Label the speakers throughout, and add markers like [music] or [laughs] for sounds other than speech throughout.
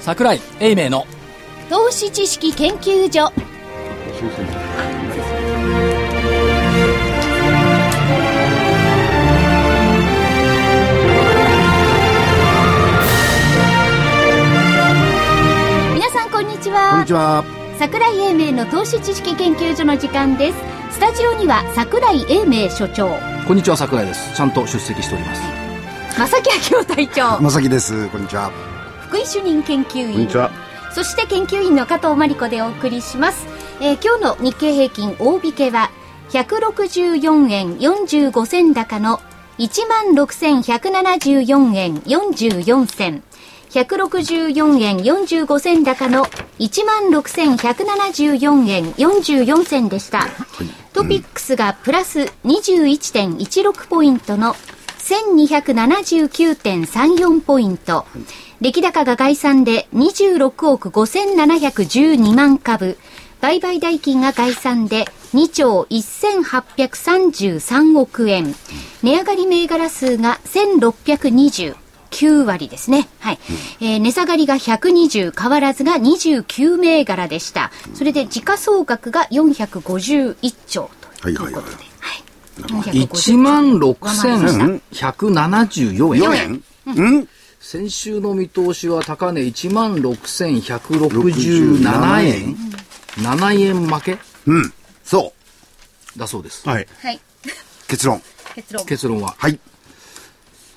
Speaker 1: 桜井英明の
Speaker 2: 投資知識研究所皆さんこんにち
Speaker 3: こん
Speaker 2: は
Speaker 3: にちは。
Speaker 2: 桜井英明の投資知識研究所の時間ですスタジオには桜井英明所長
Speaker 1: こんにちは桜井ですちゃんと出席しております
Speaker 2: 正木明夫隊長
Speaker 3: まさきです。こんにちは。
Speaker 2: 福井主任研究員
Speaker 4: こんにちは
Speaker 2: そして研究員の加藤真理子でお送りします、えー今日の日経平均大引けは164円45銭高の16,174円44銭164円45銭高の16,174円44銭でした、トピックスがプラス21.16ポイントの1279.34ポイント。出来高が概算で26億5712万株。売買代金が概算で2兆1833億円。値上がり銘柄数が1620。9割ですね。はい。えー値下がりが120、変わらずが29銘柄でした。それで時価総額が451兆ということで。
Speaker 3: はいはいはい
Speaker 2: はい。
Speaker 1: 1万
Speaker 3: うん
Speaker 1: 6174
Speaker 3: 4
Speaker 1: 円
Speaker 3: 円うん
Speaker 1: 先週の見通しは高値1万6167円7円負け
Speaker 3: うん。そ
Speaker 1: だそうです
Speaker 4: い。はい。
Speaker 2: はい。
Speaker 3: う。結論。
Speaker 2: 結論。
Speaker 1: 結論は
Speaker 3: はい。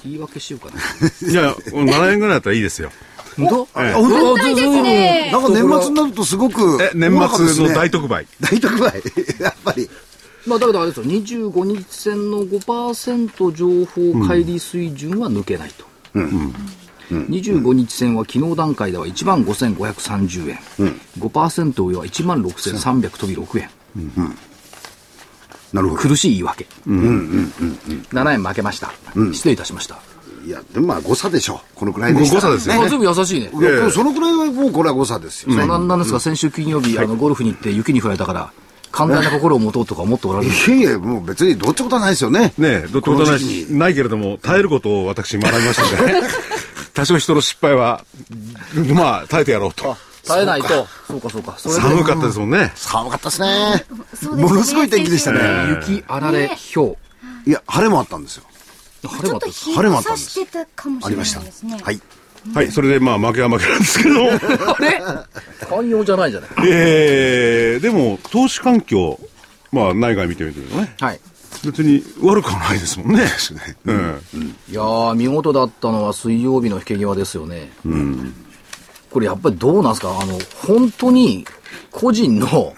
Speaker 1: 言い訳しようかない
Speaker 4: や、7円ぐらいだったらいいですよ。
Speaker 1: 本
Speaker 4: ええ
Speaker 1: 当本
Speaker 2: で
Speaker 1: 当
Speaker 2: すね
Speaker 3: なんか年末になるとすごく。
Speaker 4: え、年末の大特売。
Speaker 3: 大特売。 [laughs] やっぱり。
Speaker 1: まあだけどあれですよ25日線の5%情報乖離水準は抜けないと、25日線は昨日段階では1万5530円、5%上は1万6300飛び6円
Speaker 3: なるほど。
Speaker 1: 苦しい言い訳、7円負けました、失礼いたしました
Speaker 3: いや、でもまあ誤差でしょ。このくらいでした
Speaker 4: 誤差ですよ
Speaker 1: あ
Speaker 3: ね
Speaker 1: 随分優しいね、
Speaker 3: いやでもそのくらいはもうこれは誤差ですよ
Speaker 1: そう
Speaker 3: ね。
Speaker 1: なんなんですが先週金曜日、あのゴルフに行って雪に降られたから寛大な心を持とうとか思っておられる
Speaker 3: いやいや、もう別にどうってことはないですよね。
Speaker 4: ねえ、どどうってことはない
Speaker 3: この時
Speaker 4: し
Speaker 3: 期
Speaker 4: ないけれども、耐えることを私学びましたので、 [laughs] 多少人の失敗は、まあ、耐えてやろうと。
Speaker 1: 耐えないとそうかそうかそれで
Speaker 4: 寒かったですもんね。
Speaker 3: 寒かったですね。
Speaker 2: そうですね
Speaker 3: ものすごい天気でしたね。
Speaker 1: 雪あられ
Speaker 2: ね
Speaker 1: ひょ
Speaker 3: いや、晴れもあったんですよ。
Speaker 1: う晴
Speaker 2: ち
Speaker 1: れ
Speaker 2: ょ
Speaker 1: もあ
Speaker 2: っ
Speaker 1: っ
Speaker 2: と
Speaker 1: たんです
Speaker 2: 日
Speaker 3: 晴れも
Speaker 2: が
Speaker 3: あった
Speaker 2: 差
Speaker 3: んです
Speaker 2: してたかもし
Speaker 3: あ
Speaker 2: れ
Speaker 3: り
Speaker 2: な
Speaker 3: ま
Speaker 2: い
Speaker 3: した
Speaker 2: ですね。。
Speaker 3: はい。
Speaker 4: はい、それでまあ、負けは負けなんですけど、 [laughs]
Speaker 1: あれ寛容じゃないじゃない
Speaker 4: えー、でも、投資環境、まあ、内外見てみてるとね、
Speaker 1: はい
Speaker 4: 別に悪くはないですもんね。うん。
Speaker 1: いやー見事だったのは水曜日の引け際ですよね、これやっぱりどうなんですかあの本当に個人の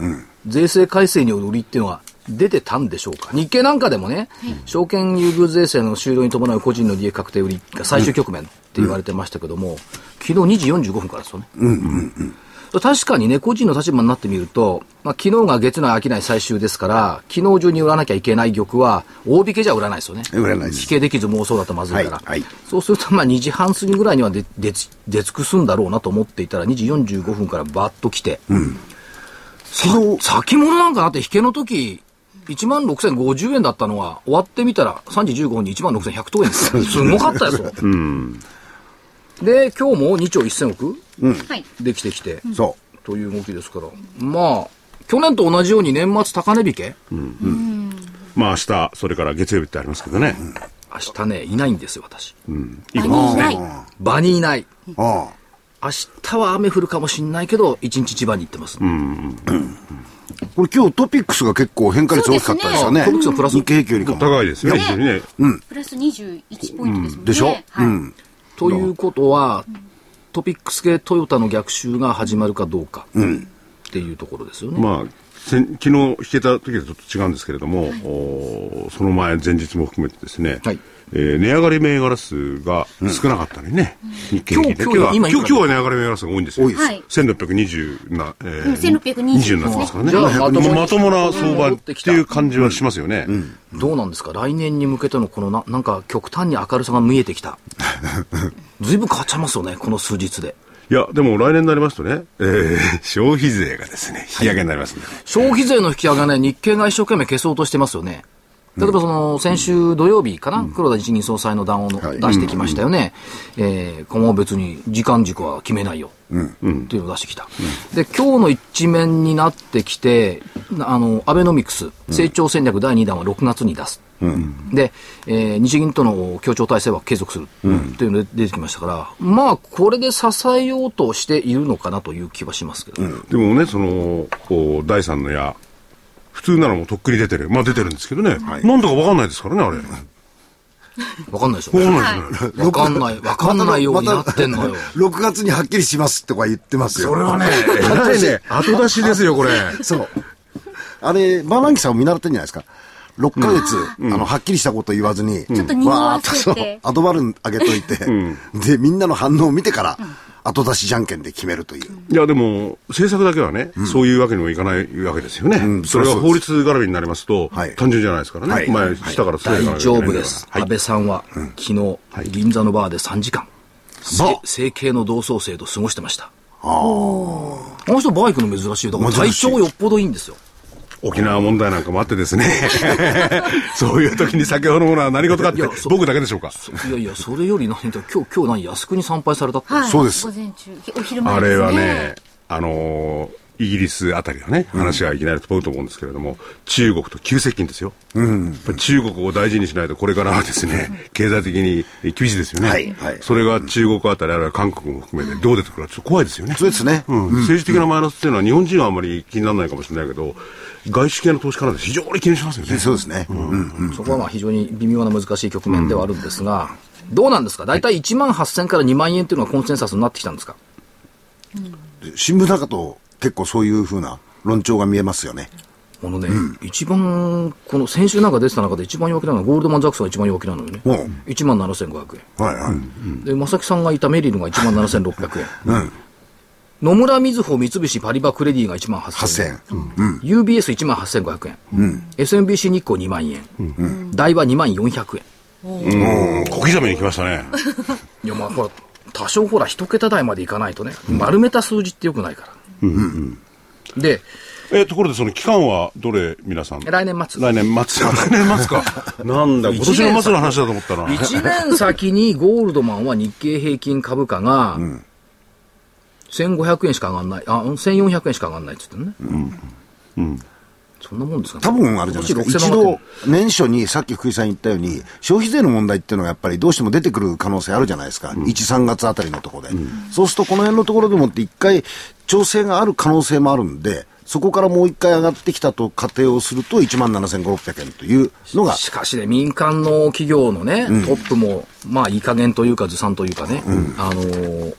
Speaker 1: 税制改正による売りっていうのは出てたんでしょうか日経なんかでもね、証券優遇税制の終了に伴う個人の利益確定売りが最終局面って言われてましたけども、昨日2時45分からですよね、確かにね、個人の立場になってみると、まあ、昨日が月内商い最終ですから、昨日中に売らなきゃいけない玉は、大引けじゃ売らないですよね。
Speaker 3: 売らないです
Speaker 1: 引けできず妄想だとまずいから。
Speaker 3: はいはい
Speaker 1: そうすると、まあ、2時半過ぎぐらいには出、出つ、出尽くすんだろうなと思っていたら、2時45分からバッと来て、さ
Speaker 3: 昨日
Speaker 1: 先物なんかなって引けの時、1万6050円だったのが、終わってみたら、3時15分に1万6100等 [laughs] 円ですよ。すごかったですよ。で、今日も2兆1000億
Speaker 2: はい。
Speaker 1: できてきて。
Speaker 3: そ
Speaker 1: という動きですから、まあ、去年と同じように年末高値引け、
Speaker 4: まあ、明日、それから月曜日ってありますけどね。
Speaker 1: 明日ね、いないんですよ、私。
Speaker 4: いい
Speaker 2: 場
Speaker 4: ことで
Speaker 2: に
Speaker 4: す
Speaker 2: いない
Speaker 4: ね。。
Speaker 1: 場にいない。
Speaker 3: う。あ
Speaker 1: 明日は雨降るかもしれないけど、一日千葉に行ってます。
Speaker 3: あ。これ今日トピックスが結構変化率大きかったですよね。
Speaker 1: そうですねトピックスのプラス
Speaker 3: 日経平均よりかも。
Speaker 4: 高いですよね、
Speaker 2: ね
Speaker 4: 非常にね。
Speaker 2: プラス21ポイントですもんね。
Speaker 3: でしょ
Speaker 2: はい。
Speaker 3: うん。
Speaker 1: ということは、トピックス系トヨタの逆襲が始まるかどうか、っていうところですよね。
Speaker 4: まあ、せん昨日引けた時とちょっと違うんですけれども、おーその前、前日も含めてですね、
Speaker 1: はい
Speaker 4: えー値上がり銘柄数が少なかったのにね、日経平均で
Speaker 1: 今日
Speaker 4: は
Speaker 1: 今
Speaker 4: 今
Speaker 1: い
Speaker 4: 日
Speaker 1: くら
Speaker 4: 今日は値上がり銘柄数が多いんですよ。
Speaker 3: 多いです
Speaker 2: はい
Speaker 4: 1620な、えー
Speaker 2: うん1620
Speaker 4: 20になってますから
Speaker 1: じゃあ
Speaker 4: ね。
Speaker 1: まともに
Speaker 4: まともな相場っていう感じはしますよね。
Speaker 1: どうなんですか来年に向けてのこのな、なんか極端に明るさが見えてき
Speaker 4: [laughs]
Speaker 1: た。ずいぶん変わっちゃいますよね、この数日で。
Speaker 4: いや、でも来年になりますとね、えー消費税がですね、引き上げになりますんで、
Speaker 1: 消費税の引き上げはね、日経が一生懸命消そうとしてますよね。例えばその、先週土曜日かな、黒田日銀総裁の談話をの
Speaker 3: はい
Speaker 1: 出してきましたよね。えー、ここも別に時間軸は決めないよ。っていうのを出してきた。で、今日の一面になってきて、なあの、アベノミクス、成長戦略第2弾は6月に出す。で、えー日銀との協調体制は継続するというので出てきましたから、まあ、これで支えようとしているのかなという気はしますけど、
Speaker 4: でもね、その、こう第三の矢、普通ならもうとっくに出てる。まあ出てるんですけどね。なんだかわかんないですからね、あれ。わ
Speaker 1: わかんないでしょ
Speaker 4: かんないですね。
Speaker 1: わかんない、わかんないようになってんのよ。
Speaker 3: 6月にはっきりしますとか言ってますよ。
Speaker 4: それはね、えらいね、後出しですよ、これ。
Speaker 3: そう。あれ、バーナンキさんを見習ってんじゃないですか。6ヶ月、あの、はっきりしたこと言わずに、ち
Speaker 2: ょっと匂わせて
Speaker 3: アドバルーンあげといて、で、みんなの反応を見てから、後出しじゃんけんで決めるという。
Speaker 4: いや、でも、政策だけはね、そういうわけにもいかないわけですよね。
Speaker 3: ん
Speaker 4: それが
Speaker 3: そうです
Speaker 4: 法律絡みになりますと、
Speaker 3: はい
Speaker 4: 単純じゃないですからね。
Speaker 3: はい
Speaker 4: 前、下か
Speaker 1: 大
Speaker 4: ら伝えていかなきゃいけ
Speaker 1: 丈
Speaker 4: ないんだから
Speaker 1: 夫です。
Speaker 4: はい
Speaker 1: 安倍さんは、昨日、銀座のバーで3時間、せ整形の同窓生と過ごしてました。あの人バイクの珍しい。だから体
Speaker 3: 珍しい
Speaker 1: 調よっぽどいいんですよ。
Speaker 4: 沖縄問題なんかもあってですね。そういう時に酒を飲むのは何事かって
Speaker 1: いやそ、う
Speaker 4: 僕だけでしょうか。
Speaker 1: いやいや、それより何だ、今日、今日何、靖国に参拝されたって。
Speaker 2: はい、
Speaker 3: そうです
Speaker 2: 午前中、お昼
Speaker 4: あ
Speaker 2: 前です、ね。
Speaker 4: れはね、あのーイギリスあたりのね、話がいきなり飛ぶと思うんですけれども、中国と急接近ですよ。やっぱり中国を大事にしないと、これからはですね、経済的に厳しいですよね。
Speaker 3: はいはい
Speaker 4: それが中国あたり、あるいは韓国も含めて、どう出てくるか、ちょっと怖いですよね。
Speaker 3: そうですね。
Speaker 4: うん政治的なマイナスっていうのは日本人はあんまり気にならないかもしれないけど、外資系の投資家なんて非常に気にしますよね。
Speaker 3: そうですね。うん
Speaker 1: そこはまあ非常に微妙な難しい局面ではあるんですが、どうなんですか大体1万8000から2万円というのがコンセンサスになってきたんですか
Speaker 3: 新聞なんかと結構そういうふうな論調が見えますよね。
Speaker 1: このね、一番、この先週なんか出てた中で一番弱気なのはゴールドマン・ザックスが一番弱気なのよね。
Speaker 3: うん
Speaker 1: 1万7500円。
Speaker 3: はいはい。
Speaker 1: で、正木さんがいたメリルが1万7600円。
Speaker 3: うん。
Speaker 1: 野村みずほ、三菱、パリバ、クレディが1万8000
Speaker 3: 8000
Speaker 1: 円。
Speaker 3: 円。うん。
Speaker 1: UBS1 万8500円。SMBC 日光2万円。うん、台は2万400円。
Speaker 4: うん、小刻みに来ましたね。
Speaker 1: いや、まあ、ほら、多少ほら、一桁台までいかないとね、丸めた数字ってよくないから。で、
Speaker 4: えところで、その期間はどれ、皆さん。来
Speaker 1: 来年末。
Speaker 4: 年末。来年末か。なんだ、今年の末の話だと思ったな。
Speaker 1: 1年先にゴールドマンは日経平均株価が、1500円しか上がんない、あ、1400円しか上がんないっつってね。そんなもんですかね。
Speaker 3: 多分あれじゃないですか。一度、年初にさっき福井さん言ったように、消費税の問題っていうのがやっぱりどうしても出てくる可能性あるじゃないですか。1、3月あたりのところで。そうするとこの辺のところでもって一回調整がある可能性もあるんで、そこからもう一回上がってきたと仮定をすると1万7500円というのが、
Speaker 1: しかしね、民間の企業のね、トップも、まあ、いい加減というか、ずさんというかね、あのー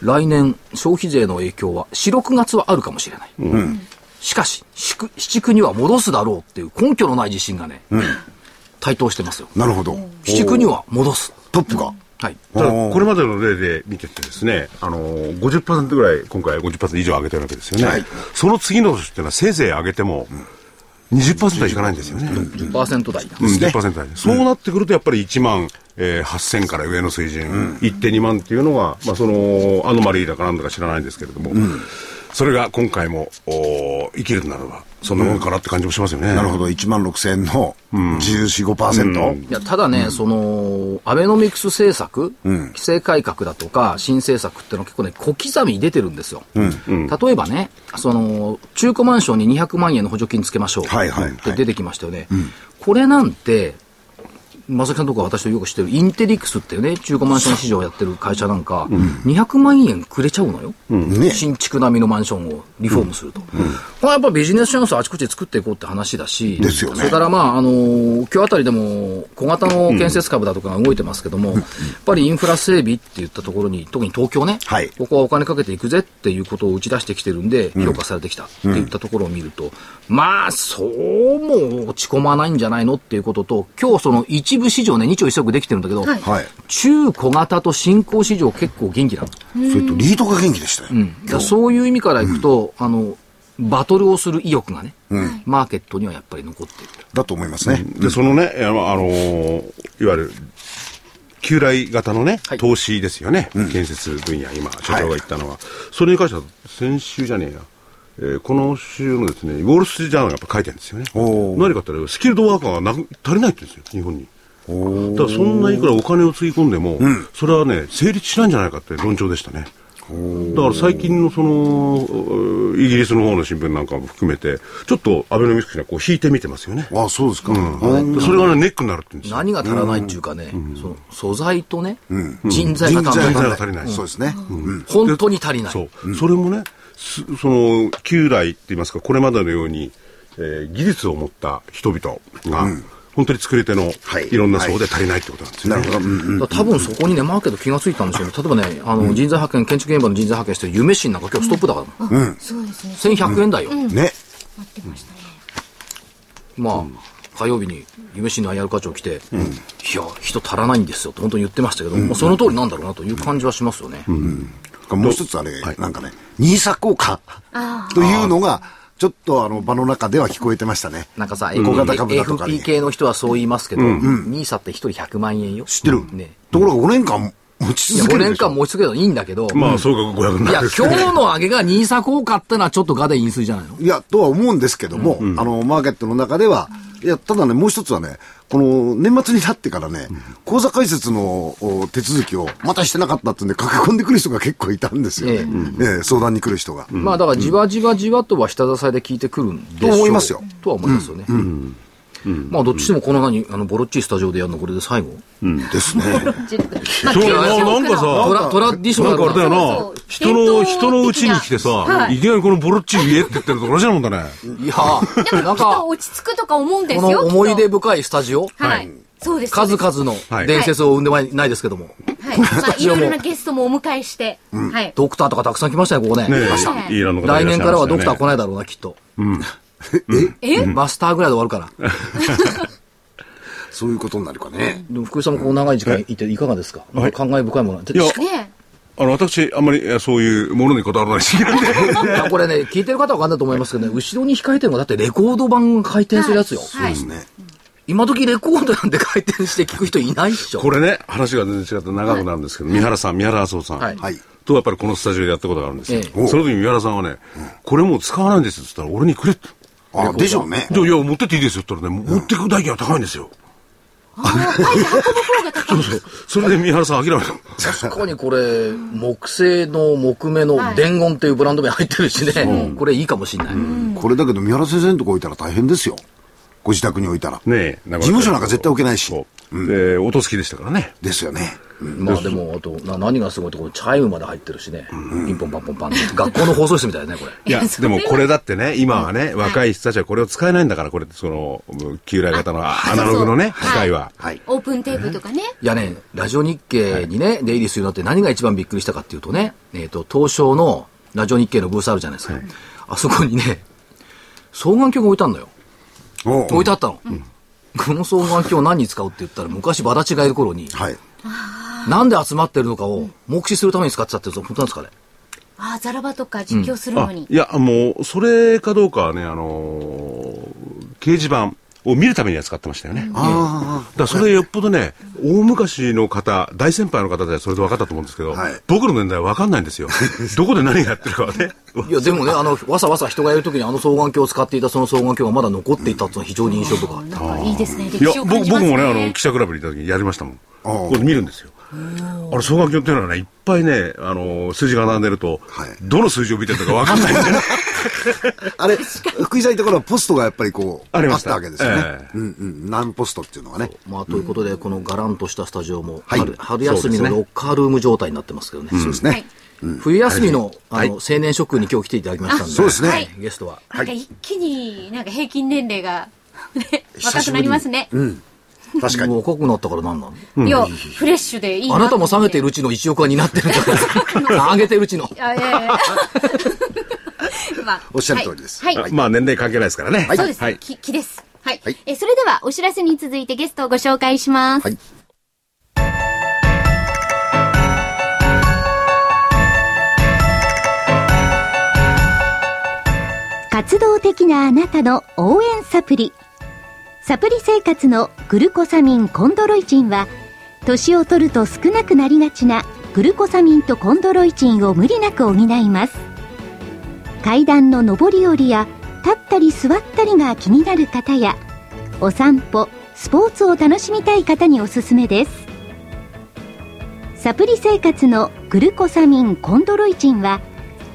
Speaker 1: 来年、消費税の影響は、4、6月はあるかもしれない。しかし、宿市区には戻すだろうっていう根拠のない自信がね、台頭してますよ。
Speaker 3: なるほど。
Speaker 1: 市区には戻す。
Speaker 3: トップが。
Speaker 1: はい。
Speaker 4: ただ
Speaker 3: おー
Speaker 4: これまでの例で見ててですね、あのー、50%ぐらい、今回50%以上上げてるわけですよね。
Speaker 3: はい
Speaker 4: その次の年っていうのはせいぜい上げても、20%はいかないんですよね。うん
Speaker 1: 10%台だ。
Speaker 4: 10%台そうなってくると、やっぱり1万、えー8000から上の水準、1.2万っていうのが、まあ、その、アノマリーだかなんだか知らないんですけれども、それが今回も、おー生きるとならば、そんなもんかなって感じもしますよね。
Speaker 3: なるほど。1万6000円の14、5%。
Speaker 1: いやただね、そのアベノミクス政策、規制改革だとか、新政策っていうのは結構ね、小刻みに出てるんですよ。例えばね、その中古マンションに200万円の補助金つけましょう
Speaker 3: はいはいはい
Speaker 1: って出てきましたよね。これなんて、正木さんとか私とよく知ってるインテリックスっていうね、中古マンション市場をやってる会社なんか、200万円くれちゃうのよ。
Speaker 3: ね。
Speaker 1: 新築並みのマンションをリフォームすると、これはやっぱビジネスチャンスをあちこちで作っていこうって話だし、
Speaker 3: ですよね
Speaker 1: それから、まああの今日あたりでも小型の建設株だとかが動いてますけども、やっぱりインフラ整備っていったところに、特に東京ね、
Speaker 3: はい
Speaker 1: ここはお金かけていくぜっていうことを打ち出してきてるんで、評価されてきたっていったところを見ると、まあ、そうも落ち込まないんじゃないのっていうことと、今日その一部市場ね、2兆一足できてるんだけど、
Speaker 2: はい
Speaker 3: はい。
Speaker 1: 中小型と新興市場結構元気なの。
Speaker 3: それとリードが元気でしたよ。
Speaker 1: だからそういう意味からいくと、あのバトルをする意欲がね、マーケットにはやっぱり残っている
Speaker 3: だと思いますね。
Speaker 4: で、そのね、あの、あのーいわゆる、旧来型のね、
Speaker 1: はい
Speaker 4: 投資ですよね、建設分野、今、所長が言ったのは、それに関しては、先週じゃねえや、えーこの週のですね、ウォール・ストリート・ジャーナルがやっぱ書いてるんですよね。
Speaker 3: おー
Speaker 4: 何かって言ったら、スキルドワーカーがなく足りないって言うんですよ、日本に。だからそんないくらお金をつぎ込んでも、それはね、成立しないんじゃないかって論調でしたね。だから最近のそのうイギリスの方の新聞なんかも含めて、ちょっとアベノミクスがこう引いてみてますよね。
Speaker 3: ああ、そうですか。うん
Speaker 4: それがね、ネックになるって言うんですよ。
Speaker 1: 何が足らないっていうかね、その素材とね、人材が足り
Speaker 4: 人
Speaker 1: な
Speaker 4: 材
Speaker 1: い。
Speaker 4: が足りない。
Speaker 3: そうですね。うん
Speaker 1: 本当に足りない。
Speaker 4: そう、それもね、すその旧来って言いますか、これまでのように、えー技術を持った人々が、本当に作り手の
Speaker 3: はい
Speaker 4: いろんな層で足りないってことなんですよ、
Speaker 3: な
Speaker 4: ね
Speaker 3: るほど。うん
Speaker 1: だから多分そこにね、マーケット気がついたんでしょうね。例えばね、あの、人材派遣、建築現場の人材派遣してる夢新なんか今日ストップだから、
Speaker 2: そうですね。
Speaker 1: 1100円台よ。
Speaker 3: ね。
Speaker 2: なってましたね。
Speaker 1: まあ、火曜日に夢新の IR 課長来て、いや、人足らないんですよって本当に言ってましたけど、もうその通りなんだろうなという感じはしますよね。
Speaker 3: もう一つあれ、なんかね、ニーサ効果というのが、ちょっとあの場の中では聞こえてましたね。
Speaker 1: なんかさ、
Speaker 3: 小型株だとかに
Speaker 1: FP。系の人はそう言いますけど、ニーサって一人100万円よ。
Speaker 3: 知ってる
Speaker 1: ね。
Speaker 3: ところが5年間持ち
Speaker 1: いや
Speaker 3: 続け
Speaker 1: 5
Speaker 3: るで
Speaker 1: 年
Speaker 3: しょ。
Speaker 1: 間持ち続けるのいいんだけど、
Speaker 4: まあ、そうか、500に
Speaker 1: い
Speaker 4: な
Speaker 1: や、
Speaker 4: るんですけ
Speaker 1: 今
Speaker 4: ど
Speaker 1: 日の上げがニーサ効果ってのはちょっとガで因数じゃないの
Speaker 3: いや、とは思うんですけども、あの、マーケットの中では、いや、ただね、もう一つはね、この年末になってからね、口座開設のお手続きをまたしてなかったってんで駆け込んでくる人が結構いたんですよ。
Speaker 1: え
Speaker 3: え
Speaker 1: え
Speaker 3: え相談に来る人が。
Speaker 1: まあだからじわじわじわとは下支えで聞いてくるんでしょう
Speaker 3: と思いますよ
Speaker 1: とは思いますよね。まあどっちでもこの何、あの、ボロっちいスタジオでやるのこれで最後
Speaker 3: です [laughs] ね。
Speaker 4: そうななんか
Speaker 1: ト
Speaker 4: さ、
Speaker 1: ラ、トラディショ
Speaker 4: な
Speaker 1: ナ
Speaker 4: ん
Speaker 1: ル
Speaker 4: かあれだよ
Speaker 2: そ
Speaker 4: な
Speaker 2: うそう、
Speaker 4: 人の、
Speaker 2: 伝統的な
Speaker 4: 人のうちに来てさ、
Speaker 2: はい
Speaker 4: い、きなりこのボロッチ家って言ってると同じなもんだね。
Speaker 1: いやーなん
Speaker 2: 人は
Speaker 1: か、こ
Speaker 2: 落ち着くとか思うんですよ。
Speaker 1: の思い
Speaker 2: き
Speaker 1: 出
Speaker 2: っ
Speaker 1: 深いスタジオ
Speaker 2: と。は
Speaker 4: はいい。
Speaker 2: そうです。
Speaker 1: 数々
Speaker 4: は
Speaker 1: の
Speaker 4: い
Speaker 1: 伝説を生んでまいないですけども。
Speaker 2: はい。まあ、いろいろなゲストもお迎えして。はい。
Speaker 1: ドクターとかたくさん来ましたよ、ここね。
Speaker 4: ね
Speaker 2: はい
Speaker 4: え、いいらの方が
Speaker 1: 来年
Speaker 4: いらっしゃいましたよね
Speaker 1: からはドクター来ないだろうな、きっと。
Speaker 2: え
Speaker 1: マスターぐらいで終わるから。
Speaker 3: そういうことになるかね。
Speaker 1: でも福井さんもこう長い時間いていかがですかなんか感慨深いもの。
Speaker 4: いや
Speaker 2: ね
Speaker 4: あの、私、あんまりいやそういうものにこだわらないし、
Speaker 1: [laughs] いやこれね、聞いてる方は分かんないと思いますけどね、後ろに控えてるのが、だってレコード版が回転するやつよ。
Speaker 2: はい。
Speaker 3: ですね。
Speaker 1: 今時レコードなんで回転して聞く人いないっしょ。
Speaker 4: これね、話が全然違って長くなるんですけど、三原さん、三原麻生さん、
Speaker 1: はい
Speaker 3: はい。
Speaker 4: とやっぱりこのスタジオでやったことがあるんですよ。
Speaker 1: え
Speaker 3: え
Speaker 4: その時に三原さんはね、これもう使わないんですよって言ったら、俺にくれって。
Speaker 3: あ、でしょうね。
Speaker 4: じゃあ、いや、持ってっていいですよって言ったらね、持ってく代金は高いんですよ。そうそう。それで三原さん諦めた。
Speaker 1: 確かにこれ、木製の木目の伝言っていうブランド名入ってるしね、これいいかもしんない。
Speaker 3: これだけど、三原先生のとこ置いたら大変ですよ。ご自宅に置いたら。
Speaker 4: ねえ、
Speaker 3: 事務所なんか絶対置けないし。
Speaker 4: そう。で、音好きでしたからね。
Speaker 3: ですよね。うん
Speaker 1: まあでも、あと、な何がすごいって、このチャイムまで入ってるしね、ピンポンパンポンパンって学校の放送室みたいだね、これ。
Speaker 4: いや、でもこれだってね、今はね、若い人たちはこれを使えないんだから、これ、その、旧来型のアナログのね、
Speaker 2: そうそう
Speaker 4: 機械は。
Speaker 3: はい。
Speaker 2: オープンテープとかね。
Speaker 1: いやね、ラジオ日経にね、出入りするのって何が一番びっくりしたかっていうとね、えっ、と、東証のラジオ日経のブースあるじゃないですか。あそこにね、双眼鏡が置いたんだよ。
Speaker 3: おう
Speaker 1: 置いてあったの。この双眼鏡を何に使うって言ったら、昔バダチがいる頃に、
Speaker 3: はい。
Speaker 1: なんで集まってるのかを目視するために使ってたって、本当なんですかね。
Speaker 2: ああ、ザラバとか実況するの
Speaker 4: あ
Speaker 2: に
Speaker 4: い。や、もう、それかどうかはね、あのー掲示板を見るためには使ってましたよね。だか
Speaker 3: ああ。
Speaker 4: らそれよっぽどね、大昔の方、大先輩の方ではそれで分かったと思うんですけど、
Speaker 3: はい
Speaker 4: 僕の年代は分かんないんですよ。どこで何がやってるかはね。
Speaker 1: いや、でもね、あの、わさわさ人がいる時にあの双眼鏡を使っていたその双眼鏡がまだ残っていたっていうのは非常に印象深い。
Speaker 2: なんかいいですね。
Speaker 4: い
Speaker 2: 歴
Speaker 4: や
Speaker 2: 史を感
Speaker 4: 僕
Speaker 2: じま
Speaker 4: 僕
Speaker 2: すね。
Speaker 4: もね、あの、記者クラブにいた時にやりましたもん。
Speaker 3: あー
Speaker 4: これ見るんですよ。あれ、双眼鏡っていうのはね、いっぱいね、あの、数字が並んでると、
Speaker 3: はい
Speaker 4: どの数字を見てるか分かんないんでね。
Speaker 3: あれ、福井さんいた頃はポストがやっぱりこう、
Speaker 4: ありま
Speaker 3: っ
Speaker 4: した
Speaker 3: たわけですよね。
Speaker 4: ええ
Speaker 3: うんうん。何ポストっていうのがね。
Speaker 1: まあ、ということで、このガランとしたスタジオも
Speaker 3: はい
Speaker 1: 春、春休み
Speaker 4: そうです
Speaker 1: の
Speaker 4: ね
Speaker 1: ロッカールーム状態になってますけどね。
Speaker 3: そうですね。
Speaker 2: はい。
Speaker 1: 冬休みの、あの、青年諸君に今日来ていただきましたんで。
Speaker 3: そうですね
Speaker 1: はいゲストは。
Speaker 2: なんか一気になんか平均年齢が、ね、若くなりますね。
Speaker 3: 確かに。
Speaker 1: もう若くなったから何なの
Speaker 2: いや、フレッシュでいい
Speaker 1: あなたも下げて
Speaker 2: る
Speaker 1: るうちの1億は担ってるんじゃないですか。上げてるうちの。
Speaker 2: あ、いやい
Speaker 4: [laughs]
Speaker 2: やいやまあ
Speaker 3: おっしゃる通りです
Speaker 2: はい。
Speaker 4: あ
Speaker 2: はい
Speaker 4: まあ、年齢関係ないですからね。
Speaker 2: そうです。
Speaker 4: は
Speaker 2: はいい、。き、きです。はい。
Speaker 3: はい
Speaker 2: え、それではお知らせに続いてゲストをご紹介します。
Speaker 3: はい
Speaker 5: 活動的なあなたの応援サプリ。サプリ生活のグルコサミンコンドロイチンは、年を取ると少なくなりがちなグルコサミンとコンドロイチンを無理なく補います。階段の上り下りや立ったり座ったりが気になる方やお散歩スポーツを楽しみたい方におすすめですサプリ生活のグルコサミンコンドロイチンは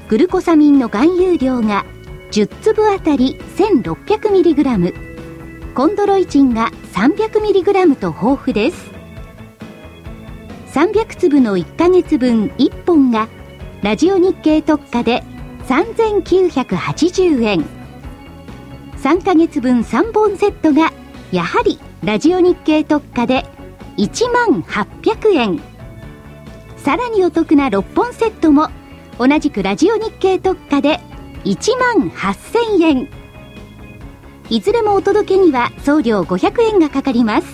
Speaker 5: グルコサミンの含有量が10粒あたり 1600mg コンドロイチンが 300mg と豊富です300粒の1ヶ月分1本がラジオ日経特価で3980円3ヶ月分3本セットがやはりラジオ日経特価で1万800円さらにお得な6本セットも同じくラジオ日経特価で1万8000円いずれもお届けには送料500円がかかります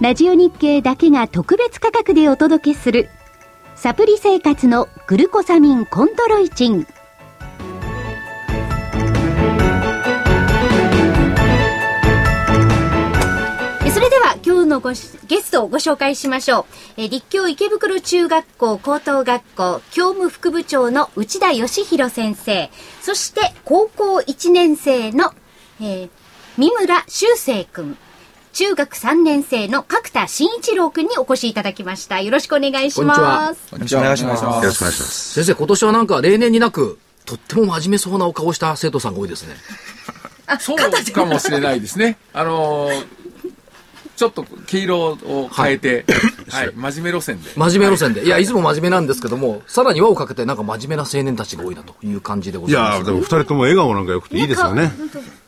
Speaker 5: ラジオ日経だけが特別価格でお届けするサプリ生活のグルコサミンコントロイチン
Speaker 2: えそれでは今日のごしゲストをご紹介しましょう。え立教池袋中学校高等学校教務副部長の内田義弘先生、そして高校1年生の、えー三村修生君、中学3年生の角田慎一郎君にお越しいただきました。よろしくお願いします。
Speaker 1: こんにちは。よろしくお願いしま
Speaker 4: よろしくお願いします。
Speaker 1: 先生、今年はなんか例年になく、とっても真面目そうなお顔した生徒さんが多いですね。
Speaker 6: そう
Speaker 2: [laughs]
Speaker 6: かもしれないですね。あのーちょっと毛色を変えて、はい、真面目路線で。
Speaker 1: 真面目路線で。いや、いつも真面目なんですけども、さらに輪をかけてなんか真面目な青年たちが多いなという感じでご
Speaker 4: い
Speaker 1: ざいます。
Speaker 4: やーでも二人とも笑顔なんか良くていいですよね。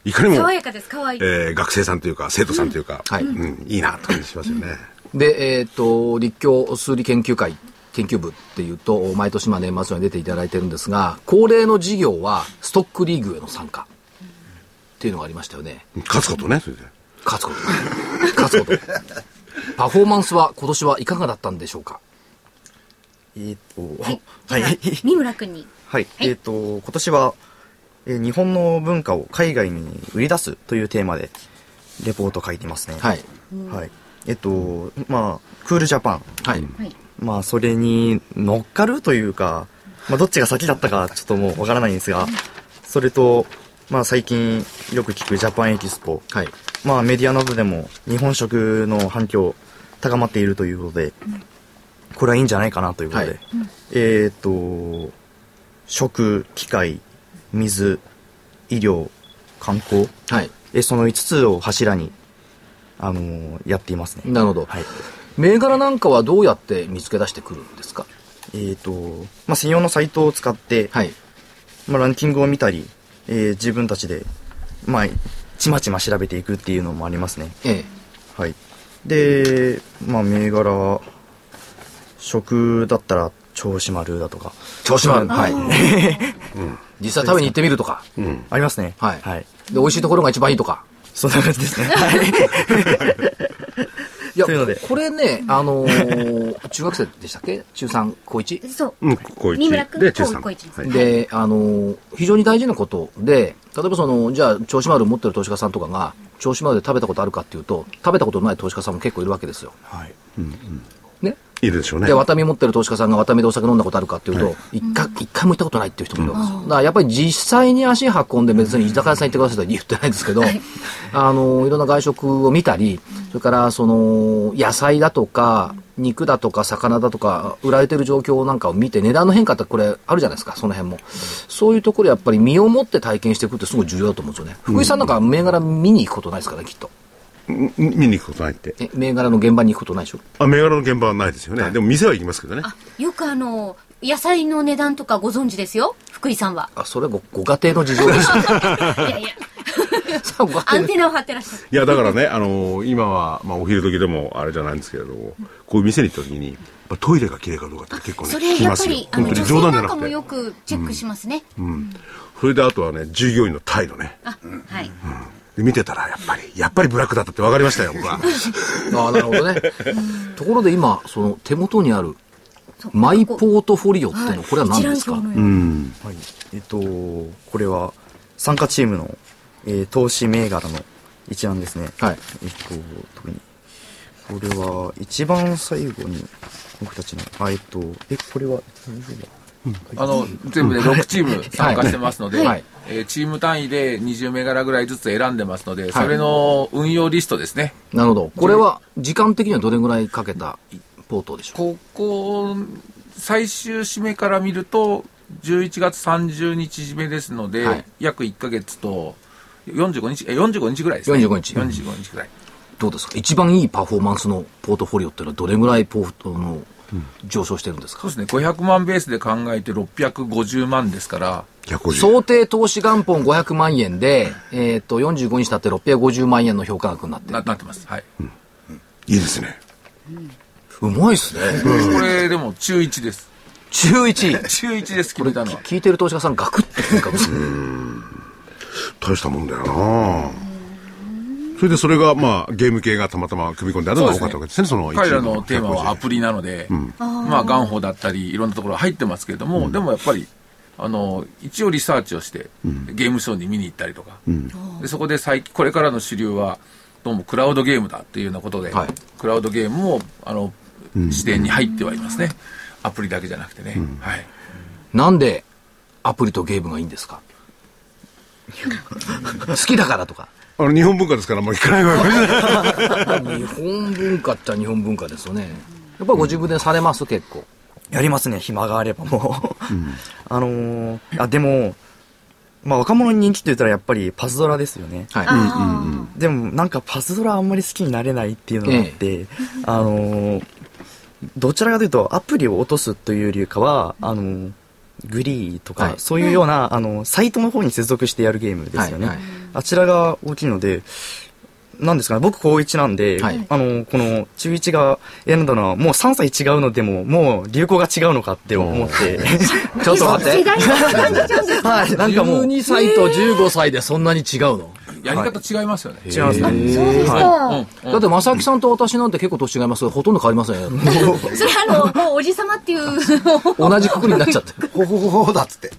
Speaker 4: いかにも
Speaker 2: 爽、やかです、かわいい。
Speaker 4: えー、学生さんというか生徒さんというか、
Speaker 1: はい
Speaker 4: うん、いいなって感じしますよね。
Speaker 1: で、えっ、と、立教数理研究会、研究部っていうと、毎年まあ年末に出ていただいてるんですが、恒例の事業は、ストックリーグへの参加っていうのがありましたよね。
Speaker 4: 勝つことね、それで。
Speaker 1: 勝つこと。
Speaker 7: [laughs]
Speaker 1: 勝つこと。パフォーマンスは今年はいかがだったんでしょうか
Speaker 7: えーっと、
Speaker 2: はい。
Speaker 7: [laughs] は。
Speaker 2: ではい三村君に。
Speaker 7: はい。えーっと、今年は、えー日本の文化を海外に売り出すというテーマで、レポートを書いてますね。
Speaker 1: はい。
Speaker 7: はい。えーっと、まあ、クールジャパン。
Speaker 1: はい。
Speaker 2: はい。
Speaker 7: まあ、それに乗っかるというか、まあ、どっちが先だったか、ちょっともうわからないんですが、それと、まあ、最近よく聞くジャパンエキスポ。
Speaker 1: はい。
Speaker 7: まあメディアなどでも日本食の反響高まっているということで、これはいいんじゃないかなということで、
Speaker 1: はい
Speaker 7: えっ、と、食、機械、水、医療、観光、
Speaker 1: はい。
Speaker 7: えその5つを柱に、あのーやっていますね。
Speaker 1: なるほど。
Speaker 7: はい。
Speaker 1: 銘柄なんかはどうやって見つけ出してくるんですか
Speaker 7: えっ、と、まあ専用のサイトを使って、
Speaker 1: はい。
Speaker 7: まあランキングを見たり、えー自分たちで、まあ、ちまちま調べていくっていうのもありますね。
Speaker 1: え
Speaker 7: はい。で、まあ、銘柄は、食だったら、銚子丸だとか。
Speaker 1: 銚子丸
Speaker 7: はい。 [laughs]
Speaker 1: え。実際食べに行ってみるとか。
Speaker 7: ありますね。
Speaker 1: はい
Speaker 7: はい。
Speaker 1: で、美味しいところが一番いいとか。
Speaker 7: そんな感じ
Speaker 1: [laughs]
Speaker 7: [laughs] ですね。はい。
Speaker 1: いや、
Speaker 7: というので
Speaker 1: これね、あのー中学生でしたっけ中3、高 1?
Speaker 2: そう。
Speaker 4: うん、こい
Speaker 2: 三村
Speaker 4: つ。
Speaker 2: 君
Speaker 4: で、中さ
Speaker 2: こうこいち
Speaker 4: はい。
Speaker 1: で、あのー非常に大事なことで、例えばその、じゃあ、銚子丸を持ってる投資家さんとかが、銚子丸で食べたことあるかっていうと、食べたことのない投資家さんも結構いるわけですよ。
Speaker 7: はい。
Speaker 1: ね。
Speaker 4: いるでしょうね。
Speaker 1: で、ワタミ持ってる投資家さんがワタミでお酒飲んだことあるかっていうと、一、回、一回も行ったことないっていう人もいるわけですよ。だからやっぱり実際に足運んで別に居酒屋さん行ってくださいとは言ってないですけど、あの、いろんな外食を見たり、それからその、野菜だとか、肉だとか魚だとか、売られてる状況なんかを見て、値段の変化ってこれあるじゃないですか、その辺も。そういうところやっぱり身をもって体験していくってすごい重要だと思うんですよね。福井さんなんか銘柄見に行くことないですからね、きっと。
Speaker 4: うん見に行くことないって。
Speaker 1: え、銘柄の現場に行くことないでしょ
Speaker 4: あ、銘柄の現場はないですよね。でも店は行きますけどね。
Speaker 2: あ、よくあの、野菜の値段とかご存知ですよ、福井さんは。
Speaker 1: あ、それはご、ご家庭の事情です。 [laughs]
Speaker 2: いやいや、
Speaker 1: さあご家
Speaker 2: ア
Speaker 1: 庭の
Speaker 2: ンテナを張ってらっしゃる。
Speaker 4: いや、だからね、あのー今は、まあ、お昼時でもあれじゃないんですけれども、こういう店に行った時に、やっぱトイレが綺麗かどうかって結構ね、
Speaker 2: そ
Speaker 4: 聞
Speaker 2: れ
Speaker 4: き
Speaker 2: や
Speaker 4: ま
Speaker 2: っぱ
Speaker 4: すよ
Speaker 2: り。あ
Speaker 4: 本
Speaker 2: の
Speaker 4: 当に
Speaker 2: 女
Speaker 4: 冗
Speaker 2: 性
Speaker 4: 談じ
Speaker 2: な
Speaker 4: ゃ
Speaker 2: ん
Speaker 4: な
Speaker 2: かも
Speaker 4: くて
Speaker 2: よ。くチェックしますね。
Speaker 4: それで、あとはね、従業員の態度ね。
Speaker 2: あ、はい。
Speaker 4: で見てたら、やっぱり、やっぱりブラックだったって分かりましたよ、僕は。
Speaker 1: ああ、なるほどね。ところで今、その手元にある
Speaker 2: そう
Speaker 1: マイポ
Speaker 2: ここ
Speaker 1: ートフォリオっていうの、
Speaker 2: はい
Speaker 1: これは何です
Speaker 2: 一
Speaker 1: か
Speaker 2: 覧表のように
Speaker 7: はい。えっと、これは、参加チームの、えー投資銘柄の一覧ですね。
Speaker 1: はい。
Speaker 7: えっと、特に。これは、一番最後に、僕たちの、あ、えっと、え、これは、
Speaker 6: あの全部で6チーム参加してますので、
Speaker 1: はい
Speaker 6: えーチーム単位で20銘柄ぐらいずつ選んでますので、
Speaker 1: はい
Speaker 6: それの運用リストですね。
Speaker 1: なるほど。これは、時間的にはどれぐらいかけたポートでしょう
Speaker 6: ここ、最終締めから見ると、11月30日締めですので、
Speaker 1: はい
Speaker 6: 約1ヶ月と、45日、え、45日ぐらいですね。
Speaker 1: 45日
Speaker 6: 45日ぐらい。
Speaker 1: どうですか一番いいパフォーマンスのポートフォリオっていうのはどれぐらいポートの上昇してるんですか、
Speaker 6: そうですね、500万ベースで考えて650万ですから、
Speaker 4: 150。
Speaker 1: 想定投資元本500万円で、えっ、と、45日経って650万円の評価額になってる
Speaker 6: ななってます。はい。
Speaker 4: いいですね。
Speaker 1: うまいっすね。
Speaker 6: これ、でも、中1です。
Speaker 1: 中1。
Speaker 6: 中1です、決めたのは。
Speaker 1: 聞いてる投資家さんガクッと変化する。
Speaker 4: 大したもんだよなそれでそれが、まあ、ゲーム系がたまたま組み込んであるのが多かったわけですね、その一
Speaker 6: 彼ら
Speaker 4: 部
Speaker 6: のテーマはア
Speaker 4: 150
Speaker 6: プリなので、まあ、元宝だったり、いろんなところ入ってますけれども、でもやっぱり、あの、一応リサーチをして、ゲームショーに見に行ったりとか、でそこで最近、これからの主流は、どうもクラウドゲームだっていうようなことで、
Speaker 1: はい
Speaker 6: クラウドゲームも、あの、視点に入ってはいますね。アプリだけじゃなくてね。はい。
Speaker 1: なんでアプリとゲームがいいんですか好きだからとか。
Speaker 4: あの、日本文化ですから、もう行かないわけですね。
Speaker 1: 日本文化っちゃ日本文化ですよね。やっぱご自分でされます、結構。
Speaker 7: やりますね、暇があればもう。 [laughs] あのーあ、でも、まあ若者に人気って言ったらやっぱりパズドラですよね。
Speaker 1: はい。
Speaker 7: でもなんかパズドラあんまり好きになれないっていうのがあって、あのーどちらかというとアプリを落とすというよりかは、あのーグリーとか、
Speaker 1: はい
Speaker 7: そういうような、あのーサイトの方に接続してやるゲームですよね。
Speaker 1: はいはい
Speaker 7: あちらが大きいので、なんですかね、僕高1なんで、
Speaker 1: はい
Speaker 7: あのーこの中1が選んだのはもう3歳違うのでも、もう流行が違うのかって思って、 [laughs]
Speaker 1: ちょっと待って
Speaker 5: 世。代が感じちゃうんです
Speaker 7: はい、なんかもう、違い
Speaker 1: 12歳と15歳でそんなに違うの
Speaker 6: やり方違いますよね。
Speaker 7: ますね。
Speaker 5: そうですか。
Speaker 1: だって正木さんと私なんて結構年違いますけどほとんど変わりませんよ [laughs]
Speaker 5: それあの、もうおじさまっていうのを
Speaker 1: 同じくくりになっちゃって
Speaker 3: ほほほほだっつって。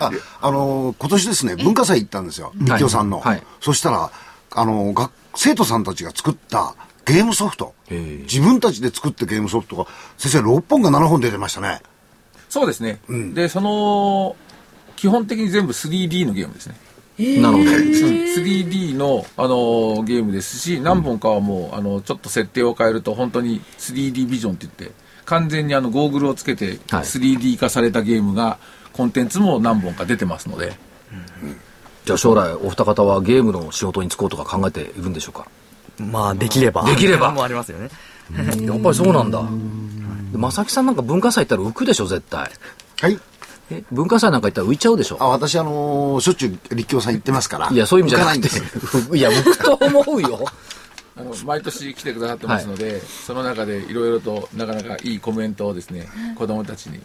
Speaker 3: あ、あのー今年ですね、文化祭行ったんですよ。一挙さんの。
Speaker 1: はい
Speaker 3: そしたら、あのー学生徒さんたちが作ったゲームソフト。
Speaker 1: へえ
Speaker 3: 自分たちで作ったゲームソフトが、先生6本か7本出てましたね。
Speaker 6: そうですね。で、その、基本的に全部 3D のゲームですね。
Speaker 1: なるほど
Speaker 6: 3D の、あのーゲームですし、何本かはもう、あの、ちょっと設定を変えると、本当に 3D ビジョンって言って、完全にあの、ゴーグルをつけて、
Speaker 1: はい
Speaker 6: 3D 化されたゲームが、コンテンツも何本か出てますので、
Speaker 1: じゃあ将来お二方はゲームの仕事に就こうとか考えているんでしょうか
Speaker 7: まあ、できれば。
Speaker 1: できれば
Speaker 7: [laughs] もありますよね。
Speaker 1: やっぱりそうなんだで正木さんなんか文化祭行ったら浮くでしょ絶対
Speaker 3: はい。
Speaker 1: え文化祭なんか行ったら浮いちゃうでし
Speaker 3: あ、
Speaker 1: ょ
Speaker 3: 私あのーしょっちゅう立教さん行ってますから。
Speaker 1: いやそういう意味じゃなく
Speaker 3: 行かないんですよ
Speaker 1: て [laughs] いや浮くと思うよ
Speaker 6: あの毎年来てくださってますので、その中でいろいろとなかなかいいコメントをですね、子供たちに、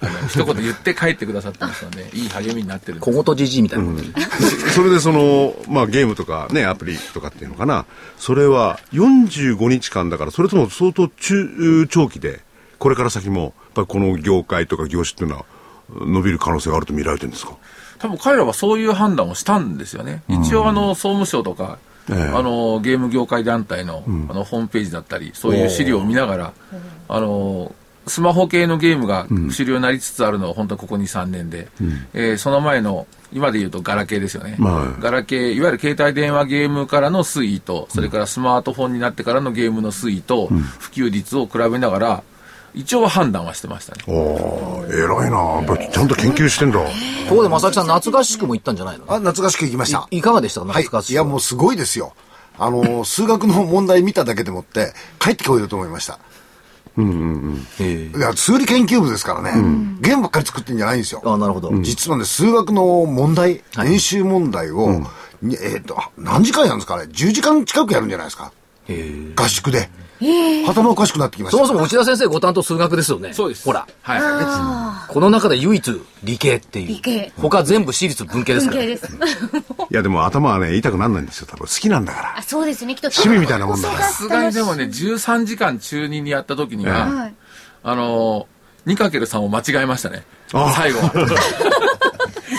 Speaker 6: あの一言言って帰ってくださってますので、いい励みになってるんです
Speaker 1: 小言じじいみたいなこと
Speaker 4: [laughs] それで、その、まあ、ゲームとかね、アプリとかっていうのかな。それは、45日間だから、それとも相当中、長期で、これから先も、やっぱりこの業界とか業種っていうのは、伸びる可能性があると見られてるんですか
Speaker 6: 多分彼らはそういう判断をしたんですよね。一応あの総務省とか、
Speaker 4: ええ
Speaker 6: あのゲーム業界団体の,、あのホームページだったり、そういう資料を見ながら、あのスマホ系のゲームが主流になりつつあるのは本当ここ2、3年で、えーその前の今で言うとガラケーですよね、
Speaker 4: まあ
Speaker 6: ガラケー、いわゆる携帯電話ゲームからの推移と、それからスマートフォンになってからのゲームの推移と、普及率を比べながら、一応は判断はしてましたね。
Speaker 4: おー、偉いなやっぱりちゃんと研究してんだ。
Speaker 1: ここで正木さん夏合宿も行ったんじゃないの
Speaker 3: あ、夏合宿行きました。
Speaker 1: いいかがでしたか
Speaker 3: はい
Speaker 1: 夏合。宿
Speaker 3: いや、もうすごいですよ。あのー数学の問題見ただけでもって、帰ってこようと思いました。
Speaker 1: ええ
Speaker 3: いや、数理研究部ですからね、ゲームばっかり作ってんじゃないんですよ。
Speaker 1: あなるほど
Speaker 3: 実はね、数学の問題、練習問題を、にえっ、と、あ何時間やるんですかね ?10 時間近くやるんじゃないですか
Speaker 1: ええ
Speaker 3: 合宿で。頭おかしくなってきまし
Speaker 1: そ
Speaker 3: た。
Speaker 1: もそも内田先生ご担当数学ですよね
Speaker 6: そうです。
Speaker 1: ほら
Speaker 6: はい。
Speaker 1: この中で唯一理系っていう。
Speaker 5: 理系
Speaker 1: 他全部私立文系です
Speaker 5: 文
Speaker 1: から。
Speaker 5: 系です。
Speaker 4: いや、でも頭はね、痛くなんないんですよ、多分。好きなんだから。
Speaker 5: あ、そうですね、きっと。
Speaker 4: 趣味みたいなもんだから
Speaker 6: さすがにでもね、13時間中2にやった時には、
Speaker 5: はい
Speaker 6: あのー、2×3 を間違えましたね。
Speaker 4: あ
Speaker 6: 最後は。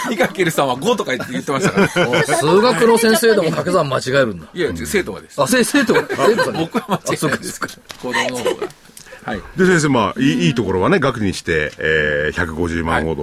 Speaker 6: 2×3 は5とか言って言ってましたか
Speaker 4: [laughs]
Speaker 6: ら。
Speaker 1: お数学の先生でも掛け算間違えるんだ。
Speaker 6: いや、生徒がです。
Speaker 1: あ、先生と、生徒さん。
Speaker 6: 僕は間違え
Speaker 1: あそう
Speaker 6: ない
Speaker 1: か
Speaker 6: ですから。子供の方が。
Speaker 4: はい、 [laughs] で先生、まあいい、いいところはね、額にして、えー、150万ほ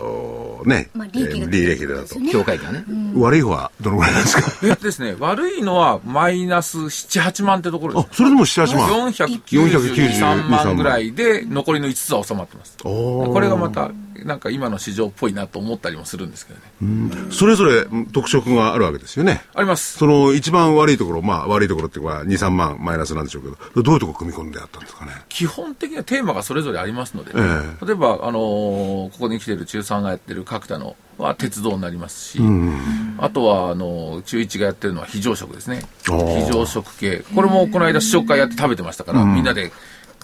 Speaker 4: ど、おね、
Speaker 2: まあ利益が
Speaker 4: 利益だと、
Speaker 1: 境界がね。
Speaker 4: 悪い方はどのぐらいなんですか
Speaker 6: えですね、悪いのはマイナス7、8万ってところ
Speaker 4: あそれでも7、8万。
Speaker 6: 493万ぐらいで、残りの5つは収まってます。これがまた、なんか今の市場っぽいなと思ったりもするんですけどね。
Speaker 4: それぞれ特色があるわけですよね。
Speaker 6: あります。
Speaker 4: その一番悪いところ、まあ悪いところっていうか2、3万マイナスなんでしょうけど、どういうところ組み込んであったんですかね。
Speaker 6: 基本的にはテーマがそれぞれありますので、えー、例えば、あのー、ここに来てる中3がやってる角田のは鉄道になりますし、うん、あとはあの中1がやってるのは非常食ですね。非常食系。これもこの間試食会やって食べてましたから、うん、みんなで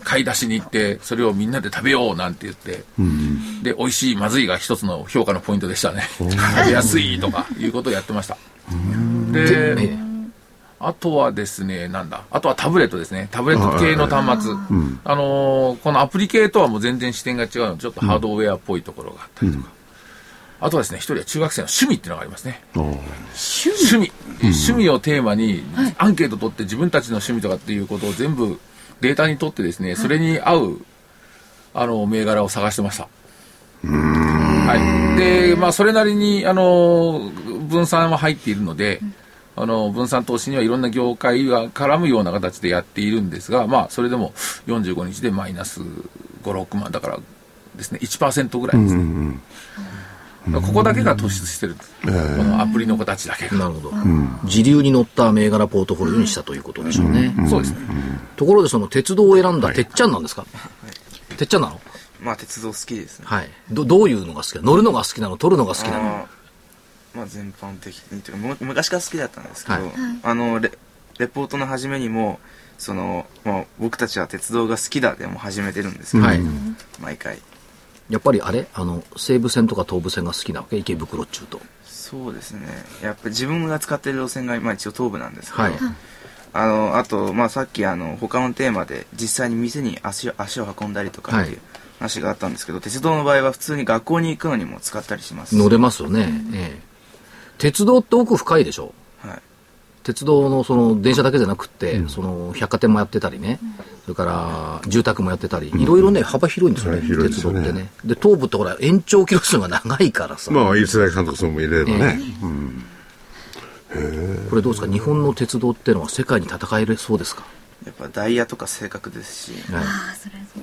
Speaker 6: 買い出しに行ってそれをみんなで食べようなんて言って、うん、で美味しいまずいが一つの評価のポイントでしたね食べやすいとかいうことをやってましたであとはですねなんだあとはタブレットですねタブレット系の端末あ、のー、このアプリ系とはもう全然視点が違うのでちょっとハードウェアっぽいところがあったりとか、うん、あとはですね、一人は中学生の趣味っていうのがありますね。趣味、うん、趣味をテーマに、アンケート取って自分たちの趣味とかっていうことを全部データにとってですね、それに合う、あの、銘柄を探してました。はい。で、まあ、それなりに、あの、分散は入っているので、あの、分散投資にはいろんな業界が絡むような形でやっているんですが、まあ、それでも45日でマイナス5、6万、だからですね、1%ぐらいですね。うんうん、ここだけが突出してる、えー、このアプリの子たちだけ
Speaker 1: なるほど、うん、時流に乗った銘柄ポートフォリオにしたということでしょうね、
Speaker 6: うん、そうですね、
Speaker 1: ところでその鉄道を選んだてっちゃんなんですか、はい、てっちゃんなの
Speaker 8: まあ鉄道好きですね
Speaker 1: はいどどういうのが好きなの乗るのが好きなの取るのが好きなの
Speaker 8: まあ全般的にというか昔から好きだったんですけど、はい、あのレレポートの初めにもその、まあ、僕たちは鉄道が好きだでも始めてるんですけど、はい、毎回
Speaker 1: やっぱりあれあの西武線とか東武線が好きなわけ池袋っちゅうと
Speaker 8: そうですねやっぱ自分が使ってる路線が、まあ、一応東武なんですけど、はい、あのあと、まあ、さっきあの他のテーマで実際に店に足足を運んだりとかっていう話があったんですけど、はい、鉄道の場合は普通に学校に行くのにも使ったりします
Speaker 1: 乗れますよね、ええ、鉄道って奥深いでしょ、はい、鉄道のその電車だけじゃなくて、うん、その百貨店もやってたりね、それから住宅もやってたり、いろいろね、幅広いんですよね、うん、鉄道ってね。で、東部ってほら、延長キロ数が長いからさ。
Speaker 4: まあ、吉崎さんとかそうも入れればね。えー、うん
Speaker 1: これどうですか、日本の鉄道っていうのは世界に戦えるそうですか
Speaker 8: やっぱダイヤとか正確ですし。はい、ああ、それはそう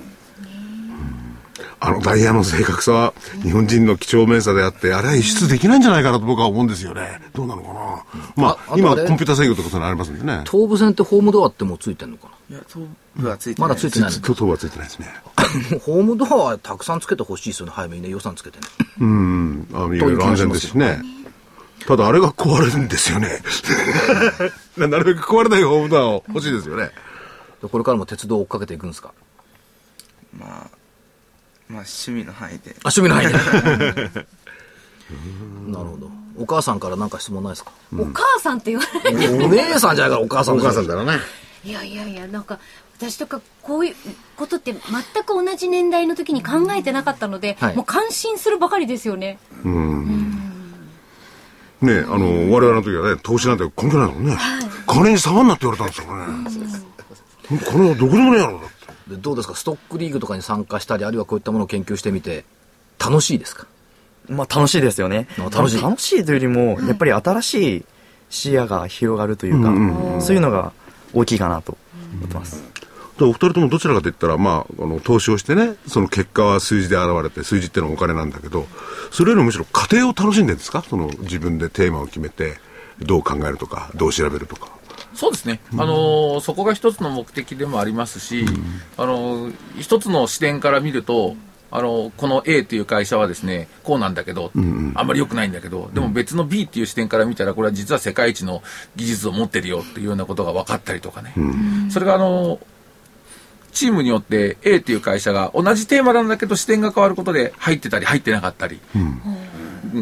Speaker 4: あのダイヤの正確さは日本人の貴重面差であって、あれは輸出できないんじゃないかなと僕は思うんですよね。どうなのかな。まあ、あ今、コンピュータ制御ってことになりますんでね。
Speaker 1: 東武線ってホームドアってもうついてんのか
Speaker 8: ないや、東武はついて
Speaker 1: ない。まだついてない。
Speaker 4: ずっと東武はついてないですね。
Speaker 1: [laughs] ホームドアはたくさんつけてほしいですよね。早めにね、予算つ
Speaker 6: [laughs]
Speaker 1: けてね。
Speaker 4: うん。あの、いろいろ安全ですしね。ただ、あれが壊れるんですよ [laughs] ね。なるべく壊れないホームドアを欲しいですよね。
Speaker 1: これからも鉄道を追っかけていくんですか
Speaker 8: まあ、まあ趣味の範囲で。
Speaker 1: あ、趣味の
Speaker 6: [laughs]
Speaker 1: 範囲で。なるほど。お母さんから何か質問ないですか、
Speaker 2: お母さんって言われて
Speaker 1: お姉さんじゃないからお母さんお
Speaker 4: 母さんだろうね。
Speaker 2: いやいやいや、なんか、私とかこういうことって全く同じ年代の時に考えてなかったので、はい、もう感心するばかりですよね。うん。
Speaker 4: うん、ねあの、我々の時はね、投資なんて関係ないもんね。はい、金に触んなって言われたんですよ、これね。金はどこでもねえやろ、だって。
Speaker 1: どうですか、ストックリーグとかに参加したり、あるいはこういったものを研究してみて、楽しいですか
Speaker 7: まあ楽しいですよね。
Speaker 1: 楽しい。
Speaker 7: 楽しいというよりも、やっぱり新しい視野が広がるというか、そういうのが大きいかなと思ってます。
Speaker 4: お二人ともどちらかといったら、まあ、あの投資をしてね、その結果は数字で現れて、数字っていうのはお金なんだけど、それよりもむしろ過程を楽しんでるんですかその自分でテーマを決めて、どう考えるとか、どう調べるとか。
Speaker 6: そうですね、うん、あのそこが一つの目的でもありますし、うん、あの一つの視点から見ると、あのこの A という会社はですねこうなんだけど、うんうん、あんまり良くないんだけど、でも別の B っていう視点から見たら、これは実は世界一の技術を持ってるよっていうようなことが分かったりとかね、うん、それがあのチームによって A という会社が同じテーマなんだけど、視点が変わることで入ってたり、入ってなかったり、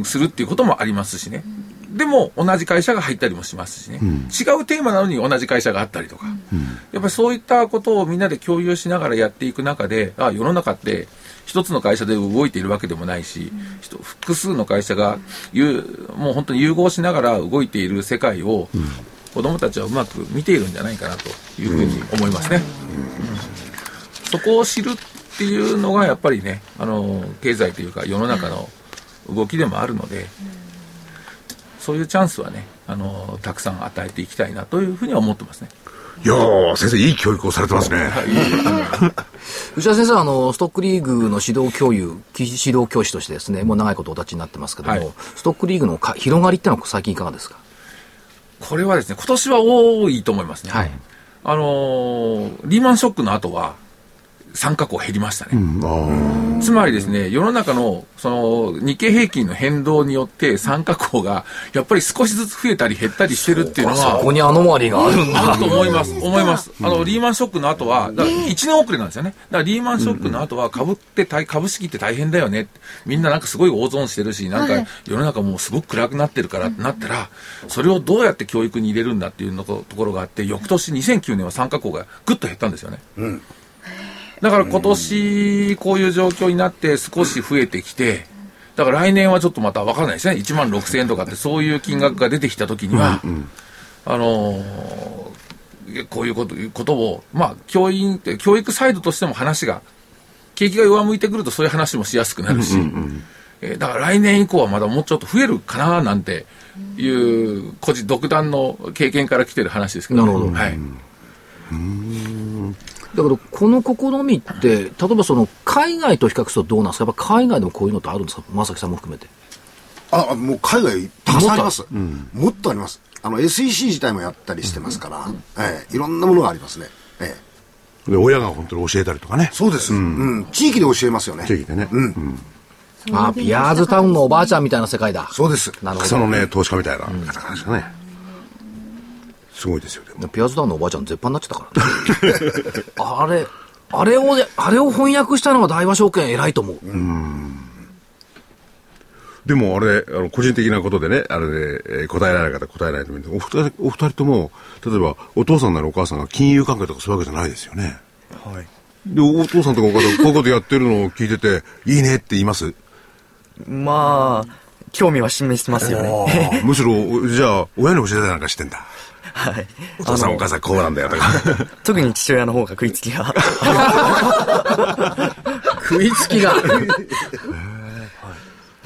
Speaker 6: するっていうこともありますしね。でも同じ会社が入ったりもしますしね、うん、違うテーマなのに同じ会社があったりとか、うん、やっぱりそういったことをみんなで共有しながらやっていく中で、あ世の中って一つの会社で動いているわけでもないし、うん、複数の会社がもう本当に融合しながら動いている世界を、子どもたちはうまく見ているんじゃないかなというふうに思いますね。そこを知るっていうのがやっぱりねあの経済というか世の中の動きでもあるので、そういうチャンスはねあのたくさん与えていきたいなというふうには思ってますね。
Speaker 4: いや先生いい教育をされてますね。
Speaker 1: 内田先生あのストックリーグの指導教諭指導教師としてですねもう長いことお立ちになってますけども、はい、ストックリーグのか広がりってのは最近いかがですか
Speaker 6: これはですね今年は多いと思いますね。はい、あのー、リーマンショックの後は参加校減りましたね、うん、つまりですね世の中のその日経平均の変動によって参加校がやっぱり少しずつ増えたり減ったりしてるっていうのは
Speaker 1: そこにアノマリがあるんだ
Speaker 6: あると思います思いますあのリーマンショックの後はだ1年遅れなんですよねだからリーマンショックの後は株って大株式って大変だよねみんななんかすごい大損してるしなんか世の中もうすごく暗くなってるからってなったらそれをどうやって教育に入れるんだっていうのところがあって翌年2009年は参加校がぐっと減ったんですよね、うんだから今年、こういう状況になって少し増えてきて、だから来年はちょっとまた分からないですね。1万6000円とかってそういう金額が出てきたときには、うんうん、あのー、こういうこと、ことを、まあ、教員って、教育サイドとしても話が、景気が上向いてくるとそういう話もしやすくなるし、えだから来年以降はまだもうちょっと増えるかななんていう、個人、独断の経験から来てる話ですけ
Speaker 1: ね、
Speaker 6: ど、
Speaker 1: なるほど。はい。だけど、この試みって、例えばその海外と比較するとどうなんですか、やっぱ海外でもこういうのってあるんですか、正木さんも含めて。
Speaker 3: あもう海外、たくさんあります、もっ,うん、もっとあります、あの SEC 自体もやったりしてますから、うん、ええ、いろんなものがありますね。え
Speaker 4: え、で親が本当に教えたりとかね、
Speaker 3: そうです、うん、うん、地域で教えますよね。
Speaker 4: 地域でね、うん
Speaker 1: あピアーズタウンのおばあちゃんみたいな世界だ。
Speaker 3: そうです。
Speaker 4: なるほど草のね、投資家みたいな方ですね。すごいですよ、
Speaker 1: ピアーズダウンのおばあちゃん絶版になっちゃったから、ね、 [laughs] あれ、あれを、あれを翻訳したのが大和証券偉いと思う。うん
Speaker 4: でもあれ、あの個人的なことでね、あれで、えー、答えられない方答えられないとお二人、お二人とも、例えばお父さんなりお母さんが金融関係とかそういうわけじゃないですよね。はい。で、お父さんとかお母さ [laughs] ん、こういうことやってるのを聞いてて、いいねって言います
Speaker 7: まあ、興味は示してますよね。
Speaker 4: むしろ、じゃあ、親に教えたりなんかしてんだ。はい。お父さんお母さんこうなんだよと [laughs] か。
Speaker 7: 特に父親の方が食いつきが。
Speaker 1: 食いつきが。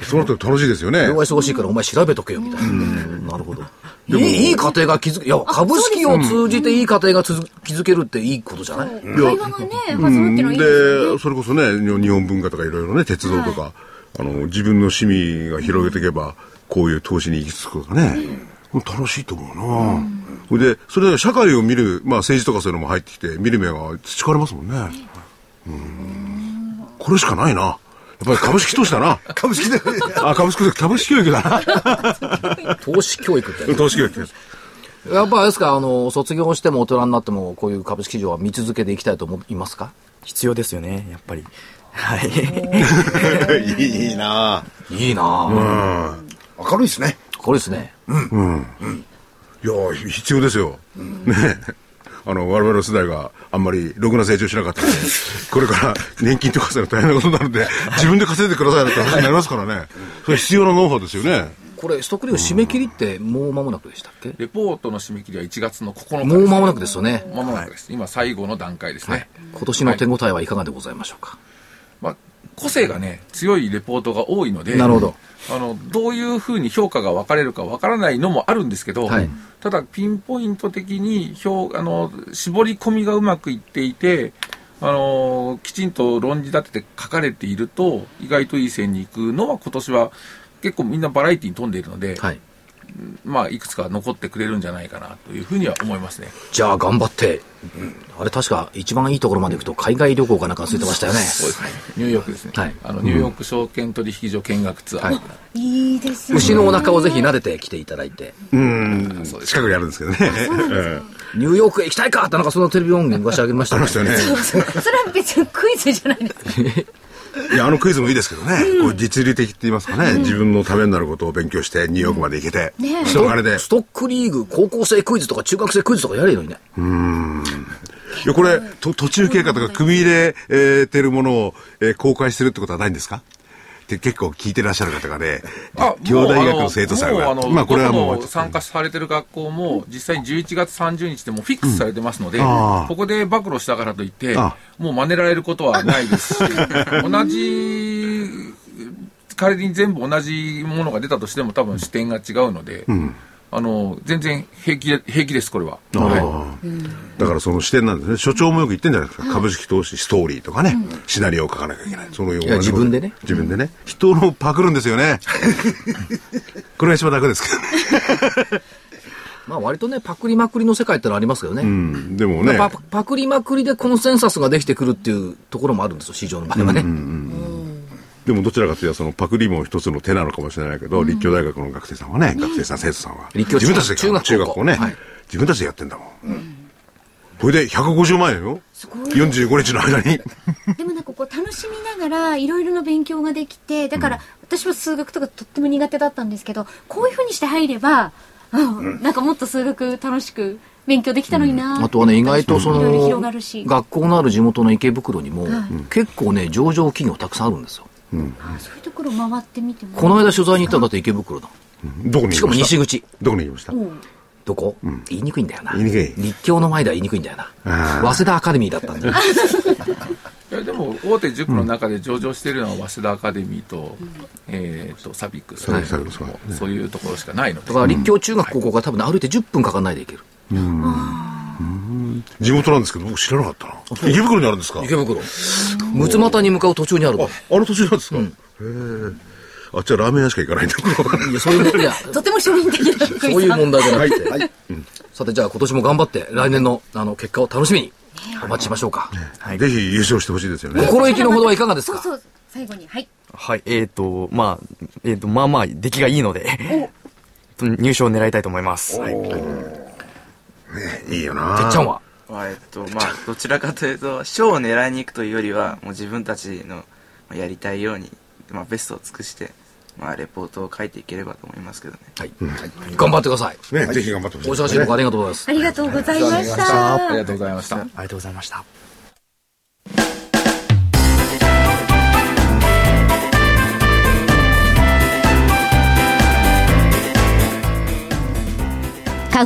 Speaker 4: その後楽しいですよね。
Speaker 1: 俺は忙しいからお前調べとけよみたいな。なるほど。いい、いい家庭が築く。いや、株式を通じていい家庭が築けるっていいことじゃないい
Speaker 2: 会話がね、始まってるのいい、
Speaker 4: で、それこそね、日本文化とかいろいろね、鉄道とか、あの、自分の趣味が広げていけば、こういう投資に行き着くとかね。楽しいと思うな、うん、でそれで社会を見る、まあ、政治とかそういうのも入ってきて見る目が培われますもんねうんこれしかないなやっぱり [laughs] 株式投資だな
Speaker 3: 株式で
Speaker 4: あ株式株式教育だ [laughs]
Speaker 1: な投資教育って
Speaker 4: 投資教育です
Speaker 1: やっぱあれですかあの卒業しても大人になってもこういう株式市場は見続けていきたいと思いますか
Speaker 7: 必要ですよねやっぱりはい
Speaker 4: いいな
Speaker 1: [laughs]
Speaker 4: い
Speaker 1: いな
Speaker 3: うん明るいですね
Speaker 1: これですね。うん。うん。
Speaker 4: いや、必要ですよ。うん、ね。あの、我々の世代があんまりろくな成長しなかったんで、これから年金とかすると大変なことになるんで、自分で稼いでくださいなんて話になりますからね。それ必要なノウハウですよね。
Speaker 1: これ、ストックリーグ締め切りってもう間もなくでしたっけ
Speaker 6: レポートの締め切りは1月の9日
Speaker 1: もう間もなくですよね。
Speaker 6: 間もなくです。今、最後の段階ですね。
Speaker 1: 今年の手応えはいかがでございましょうか。
Speaker 6: まあ、個性がね、強いレポートが多いので、
Speaker 1: なるほど。
Speaker 6: あのどういうふうに評価が分かれるか分からないのもあるんですけど、はい、ただ、ピンポイント的に評あの絞り込みがうまくいっていてあの、きちんと論じ立てて書かれていると、意外といい線に行くのは、今年は結構みんなバラエティーに富んでいるので、はいまあ、いくつか残ってくれるんじゃないかなというふうには思いますね。
Speaker 1: じゃあ、頑張って。うん、あれ確か一番いいところまで行くと海外旅行かなんかついてましたよね。
Speaker 6: そうですね。ニューヨークですね。はい。あの、ニューヨーク証券取引所見学ツアー。はい
Speaker 2: いいですね。
Speaker 1: 牛のお腹をぜひ撫でて来ていただいて。
Speaker 4: うん。近くにあるんですけどね。
Speaker 1: ニューヨークへ行きたいかってなんかそのテレビ音源昔あげました
Speaker 4: ね。ありま
Speaker 2: したね。それは別にクイズじゃないですか。
Speaker 4: いや、あのクイズもいいですけどね。こう実利的って言いますかね。自分のためになることを勉強して、ニューヨークまで行けて、人の金で。
Speaker 1: ストックリーグ、高校生クイズとか中学生クイズとかやればいいね。
Speaker 4: うん。いや、これ、と途中経過とか組み入れてるものを、えー、公開してるってことはないんですかって結構聞いてらっしゃる方がね、
Speaker 6: あ
Speaker 4: 立教大学の生徒さんが
Speaker 6: もうあの、
Speaker 4: まあこれはも
Speaker 6: も
Speaker 4: う
Speaker 6: う参加されてる学校も、実際に11月30日でもうフィックスされてますので、
Speaker 4: ああ
Speaker 6: ここで暴露したからといって
Speaker 4: あ、
Speaker 6: もう真似られることはないで
Speaker 4: [laughs]
Speaker 6: すし、同じ、仮に全部同じものが出たとしても、多分視点が違うので、あの全然平気で平気です、これは。はい
Speaker 4: ああだからその視点なんですね。所長もよく言ってんじゃないですか。株式投資、ストーリーとかね、シナリオを書かなきゃいけない。そのよう
Speaker 1: いや
Speaker 4: な。
Speaker 1: 自分でね。
Speaker 4: 自分でね。人のパクるんですよね。これが一番楽ですけどね。
Speaker 1: まあ割とね、パクリまくりの世界ってのはありますけどね。
Speaker 4: うんでもね。
Speaker 1: パパクリまくりでコンセンサスができてくるっていうところもあるんですよ、市場の場合はね。
Speaker 4: でもどちらかというとそのパクリも一つの手なのかもしれないけど、立教大学の学生さんはね、学生さん、生徒さんは。
Speaker 1: 立教
Speaker 4: 自分たちで
Speaker 1: 中学
Speaker 4: 中学校ね、
Speaker 1: はい
Speaker 4: 自分たちでやってんだもん。これで150万円よ。45日の間に。
Speaker 2: でもなんかこう楽しみながらいろいろな勉強ができてだから私も数学とかとっても苦手だったんですけどこういうふうにして入れば、うん、なんかもっと数学楽しく勉強できたのになーって
Speaker 1: あとはね、意外とそ
Speaker 2: いろいろ
Speaker 1: の
Speaker 2: 広がるし、
Speaker 1: 学校のある地元の池袋にも、結構ね、上場企業たくさんあるんですよ。
Speaker 2: あそういうところ回ってみても
Speaker 1: この間取材に行ったんだって池袋だ。
Speaker 4: どこに行きました
Speaker 1: しかも西口。
Speaker 4: どこに行きました
Speaker 1: どこ、言いにくいんだよな。
Speaker 4: 言いにくい
Speaker 1: 立教の前では言いにくいんだよな
Speaker 4: あ。
Speaker 1: 早稲田アカデミーだったんだよ。
Speaker 6: いやでも大手塾の中で上場しているのは早稲田アカデミーと,、えーとサビックス、
Speaker 4: サビックスそうね
Speaker 6: そういうところしかないので
Speaker 1: だから立教中学高校が多分ね歩いて10分かかんないで行ける。
Speaker 4: 地元なんですけど、僕知らなかったな。池袋にあるんですか
Speaker 1: 池袋。六股に向かう途中にあるの
Speaker 4: あ、あの年なんですか、へえ。あ、じゃあラーメン屋しか行か
Speaker 1: [laughs]
Speaker 4: ないんだ。
Speaker 1: いや、そう [laughs] いうもん、いや、
Speaker 2: とても庶民的な福井さん
Speaker 1: そういう問題じゃなくて。さて、じゃあ今年も頑張って、来年の、あの、結果を楽しみに、お待ちしましょうか。
Speaker 4: ぜひ優勝してほしいですよね。
Speaker 1: 心意気のほどはいかがですか
Speaker 2: そうそう最後にはい
Speaker 7: はい、えっ、と、まあ、えっ、と、まあまあ、出来がいいので、 [laughs] 入賞を狙いたいと思います。はい
Speaker 4: いいよな。
Speaker 1: てっちゃんは
Speaker 8: はえっとまあどちらかというと賞を狙いに行くというよりはもう自分たちのまあやりたいように、まあ、ベストを尽くして、まあ、レポートを書いていければと思いますけどね
Speaker 1: はい。頑張ってください。
Speaker 4: ね、ぜひ頑張ってほしい
Speaker 1: お
Speaker 4: ですね、
Speaker 1: 忙しいとこありがとうございます。
Speaker 2: ありがとうございました
Speaker 6: ありがとうございました
Speaker 7: ありがとうございました。
Speaker 5: 花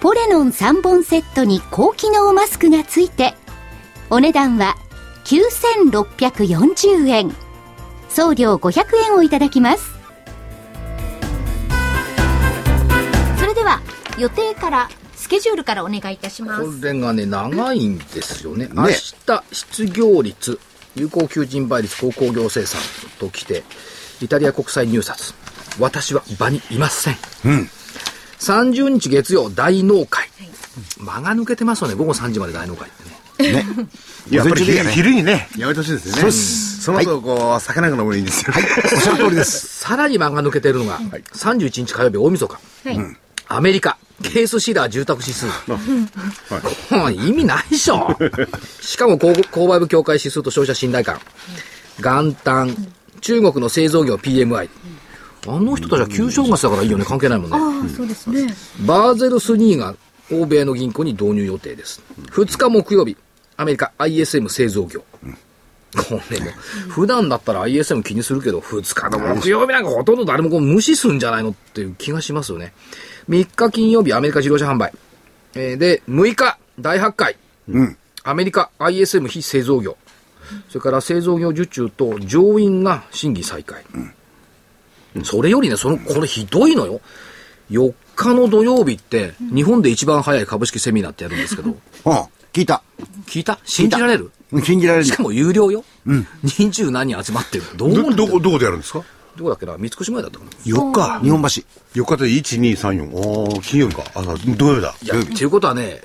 Speaker 5: ポレノン3本セットに高機能マスクがついてお値段は9640円送料500円をいただきます
Speaker 2: それでは予定からスケジュールからお願いいたしま
Speaker 1: こ
Speaker 2: す
Speaker 1: れがね、長いんですよね。明日、失業率、有効求人倍率、高工業生産ときて、イタリア国際入札。私は場にいません。30日月曜、大納会。間が抜けてますよね、午後3時まで大納会ってね。
Speaker 4: やっぱり
Speaker 3: 午前中でいいよ
Speaker 4: 昼
Speaker 3: ね
Speaker 4: 昼にね、やめてほしいですよね。そうです。その後、こう、酒なんか飲むのいいんですよ。はい。おっしゃる通りです。
Speaker 1: さらに間が抜けてるのが、31日火曜日、大晦日。
Speaker 2: はい、
Speaker 1: アメリカ、ケースシラー住宅指数。これ意味ないで
Speaker 2: [laughs]
Speaker 1: しょ。しかも購購買部協会指数と消費者信頼感。元旦、中国の製造業 PMI。あの人たちは旧正月だからいいよね、関係ないもんね。
Speaker 2: ああそうですね
Speaker 1: バーゼルス2が欧米の銀行に導入予定です。2日木曜日、アメリカ ISM 製造業。これも、普段だったら ISM 気にするけど、2日の木曜日なんかほとんど誰もこう無視するんじゃないのっていう気がしますよね。3日金曜日、アメリカ自動車販売。えーで、6日、大発会。アメリカ ISM 非製造業。それから製造業受注と上院が審議再開。それよりね、その、これひどいのよ。4日の土曜日って、日本で一番早い株式セミナーってやるんですけど。
Speaker 3: うん、聞いた。
Speaker 1: 聞いた信じられる
Speaker 3: 信じられる。
Speaker 1: しかも有料よ。うん。20何人集まってる。
Speaker 4: どうどこ、どこでやるんですか
Speaker 1: どこだっけな三越前だったかな。
Speaker 3: 4日、日本橋。
Speaker 4: 4日で1、2、3、4。おお金曜日か。あ、土曜日だ。
Speaker 1: いや、っていうことはね、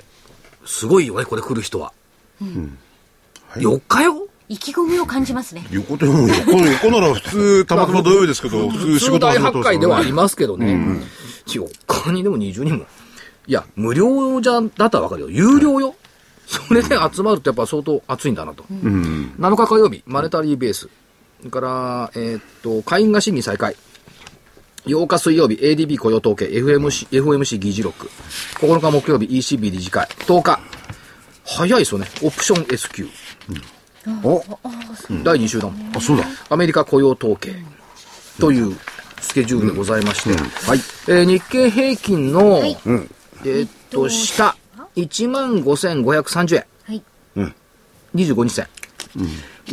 Speaker 1: すごいよね、これ来る人は。うん。4日よ
Speaker 2: 意気込みを感じますね。
Speaker 4: 横でも、横横なら普通、たまたま土曜日ですけど、
Speaker 1: 普通仕事大発会ではありますけどね。うん4日にでも20人も。いや、無料じゃ、だったらわかるよ。有料よ。それで集まるとやっぱ相当暑いんだなと。うん、7日火曜日、マネタリーベース。それから、えー、っと、会員が審議再開。8日水曜日、ADB 雇用統計、FMC、FMC 議事録。9日木曜日、ECB 理事会。10日、早いですよね。オプション S q、うん、お、うん、第2週だも
Speaker 3: あ、そうだ。
Speaker 1: アメリカ雇用統計。というスケジュールでございまして。うんうん、はい。えー、日経平均の、はい、えー、っと、下、15,530円。はい。うん。25日線。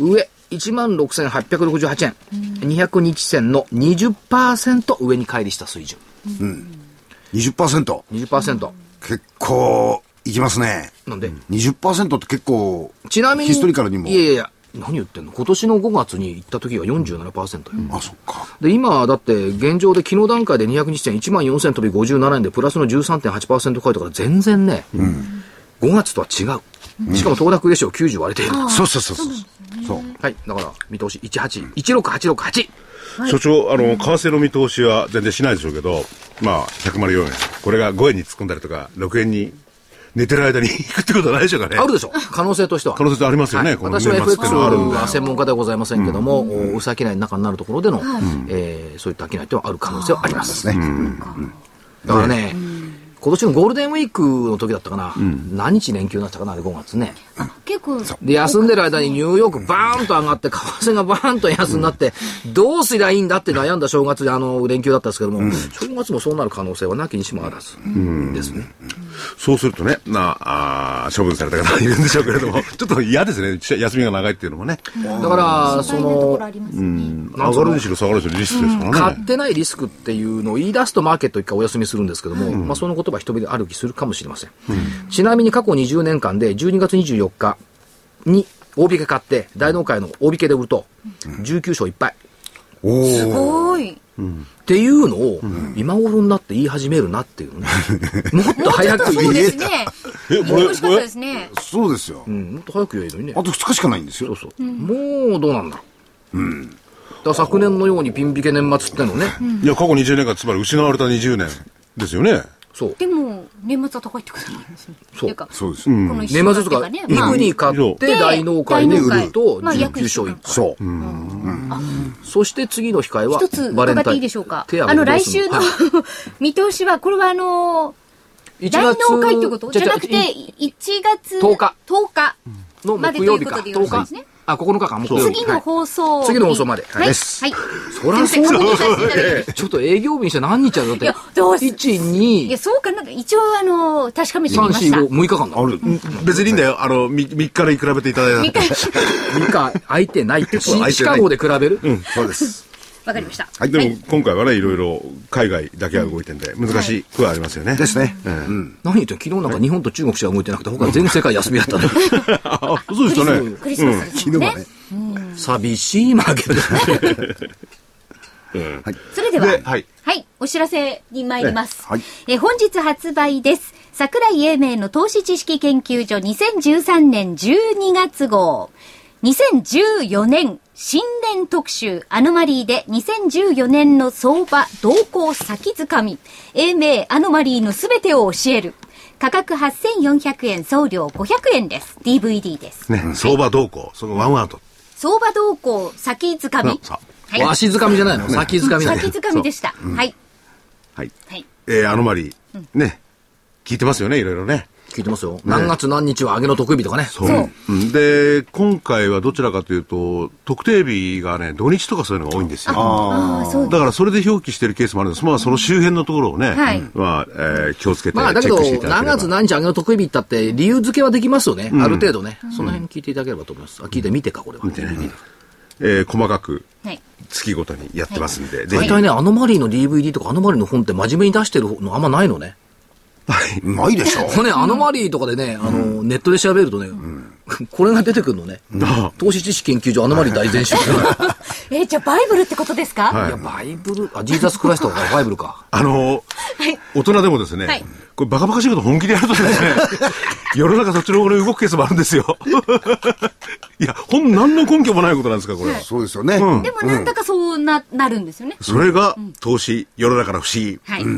Speaker 1: うん、上、16,868円。うん、200日線の20%上に乖離した水準。うん。
Speaker 3: 20%?20%。
Speaker 1: 20%
Speaker 3: 結構、いきますね。
Speaker 1: なんで
Speaker 3: ?20% って結構、
Speaker 1: ちなみに、
Speaker 3: ヒストリカルにも。
Speaker 1: いやいや、何言ってんの今年の5月に行った時が47%よ、
Speaker 3: うん、あ、そっか。
Speaker 1: で、今、だって、現状で昨日段階で200日線1万4000飛び57円で、プラスの13.8%書いたから全然ね、うん、5月とは違う。うん、しかも、東卓レシオ90割れている。
Speaker 3: そうそうそうそう。
Speaker 1: そう。はい。だから、見通し18、16868。
Speaker 4: はい、所長、あの、為替の見通しは全然しないでしょうけど、まあ、104円。これが5円に突っ込んだりとか、6円に寝てる間に行くってことはないでしょうかね。
Speaker 1: あるでしょう。可能性としては。
Speaker 4: 可能性ありますよね、はい、こ
Speaker 1: の私は FX は専門家ではございませんけども、うさ商いの中になるところでの、はい、えー、そういった商いってはある可能性はあります。ですね。だからね、今年のゴールデンウィークの時だったかな、うん、何日連休になったかな、5月ね。
Speaker 2: 結構。
Speaker 1: で、休んでる間にニューヨークバーンと上がって、為替がバーンと安になって、うん、どうすりゃいいんだって悩んだ正月で、あの、連休だったんですけども、うん、正月もそうなる可能性はなきにしもあらず、ですね。
Speaker 4: そうするとね、なあ、処分された方いるんでしょうけれど [laughs] も、ちょっと嫌ですね、休みが長いっていうのもね。
Speaker 1: だから、その、
Speaker 4: 上がるにしろ下がるにしろリスクですからね。
Speaker 1: 買ってないリスクっていうのを言い出すとマーケット一回お休みするんですけども、まあその言葉人々歩きするかもしれません。うん、ちなみに過去20年間で12月24日に大引け買って、大納会の大引けで売ると、19勝1敗。
Speaker 2: おすごい。
Speaker 1: っていうのを、今頃になって言い始めるなっていう [laughs] ね。もっと早く言えた。
Speaker 2: え、これ、これ、そう
Speaker 3: ですよ。
Speaker 1: もっと早く言えるのにね。
Speaker 3: あと2日しかないんですよ。
Speaker 1: そうそう。もうどうなんだうん。だ昨年のようにピン引け年末ってのね。
Speaker 4: いや、過去20年間、つまり失われた20年ですよね。
Speaker 1: そう。
Speaker 2: でも、年末は高いってことなんですね。
Speaker 1: そう。
Speaker 3: そうです。年
Speaker 1: 末とか、肉に買って、大納会で売ると、19勝1。
Speaker 3: そう
Speaker 1: そして次の控えは、
Speaker 2: 一つ伺っていいでしょうか。あの、来週の見通しは、これはあの、大納会ってことじゃなくて、1月
Speaker 1: 10日。
Speaker 2: 10日。
Speaker 1: の木曜日か。10日。あ、9日間、木曜
Speaker 2: 日。次の放送、
Speaker 1: 次の放送まで。
Speaker 2: はい。はい。そ
Speaker 1: りゃそうで、ちょっと営業日にして何日あるだって。いや、
Speaker 2: どう
Speaker 1: す ?1、2。
Speaker 2: いや、そうかな。一応、あの、確かめてみました。
Speaker 1: 3、4、5、6日間だ。
Speaker 4: ある。別にいいんだよ。あの、3日で比べていただい
Speaker 1: た。3日、空いてないって。シカゴで比べる
Speaker 4: うん、そうです。
Speaker 2: わかりました。
Speaker 4: はい、でも今回はね、いろいろ海外だけが動いてんで、難しくはありますよね。
Speaker 3: ですね。
Speaker 1: 何言って昨日なんか日本と中国しか動いてなくて、他全世界休みだったね。
Speaker 4: あ、そうでしたね。
Speaker 2: クリスマス昨日はね。
Speaker 1: 寂しいマーケット。
Speaker 2: それでは、はい、お知らせに参ります。え本日発売です。桜井英明の投資知識研究所2013年12月号。2014年新年特集アノマリーで2014年の相場動向先づかみ英明アノマリーのすべてを教える価格8400円送料500円です DVD です
Speaker 4: ね、相場動向そのワンワード
Speaker 2: 相場動向先づかみ、
Speaker 1: はい、わしづかみじゃないの先づかみ
Speaker 2: 先づかみでした、はい、
Speaker 4: はい、えー、アノマリー、ね聞いてますよねいろいろね
Speaker 1: 聞いてますよ。何月何日は上げの特日とかね。
Speaker 4: そう。で、今回はどちらかというと、特定日がね、土日とかそういうのが多いんですよ。だからそれで表記してるケースもあるんです。まあ、その周辺のところをね、まあ、えー、気をつけて
Speaker 1: まあ、だけど、何月何日上げの特日ったって、理由付けはできますよね。ある程度ね。その辺聞いていただければと思います。あ、聞いてみてか、これは。
Speaker 4: 見てね。えー細かく
Speaker 2: はい。
Speaker 4: 月ごとにやってますんで、ぜ
Speaker 1: 大
Speaker 4: ひ、
Speaker 1: 体ね、アノマリーの DVD とかアノマリーの本って真面目に出してるのあんまないのね。
Speaker 3: ないでしょ。
Speaker 1: これね、アノマリーとかでね、あの、ネットで調べるとね、これが出てくるのね。
Speaker 4: あ
Speaker 1: 投資知識研究所アノマリー大全集。い
Speaker 2: えーじゃあバイブルってことですか、
Speaker 4: はい
Speaker 1: や、バイブル、あ、ジーザスクライストか、バイブル
Speaker 4: [laughs]
Speaker 1: か。
Speaker 4: あのー大人でもですね、
Speaker 2: はい
Speaker 4: これバカバカしいこと本気でや
Speaker 2: [laughs]
Speaker 4: るとですね、世の中そっちの方に動くケースもあるんですよ。 [laughs] いや、ほん、何の根拠もないことなんですか、これは。
Speaker 3: そうですよね。
Speaker 2: でもなんだかそうな、なるんですよね。
Speaker 4: それが、投資、世の中の不思議。
Speaker 2: はい。
Speaker 3: な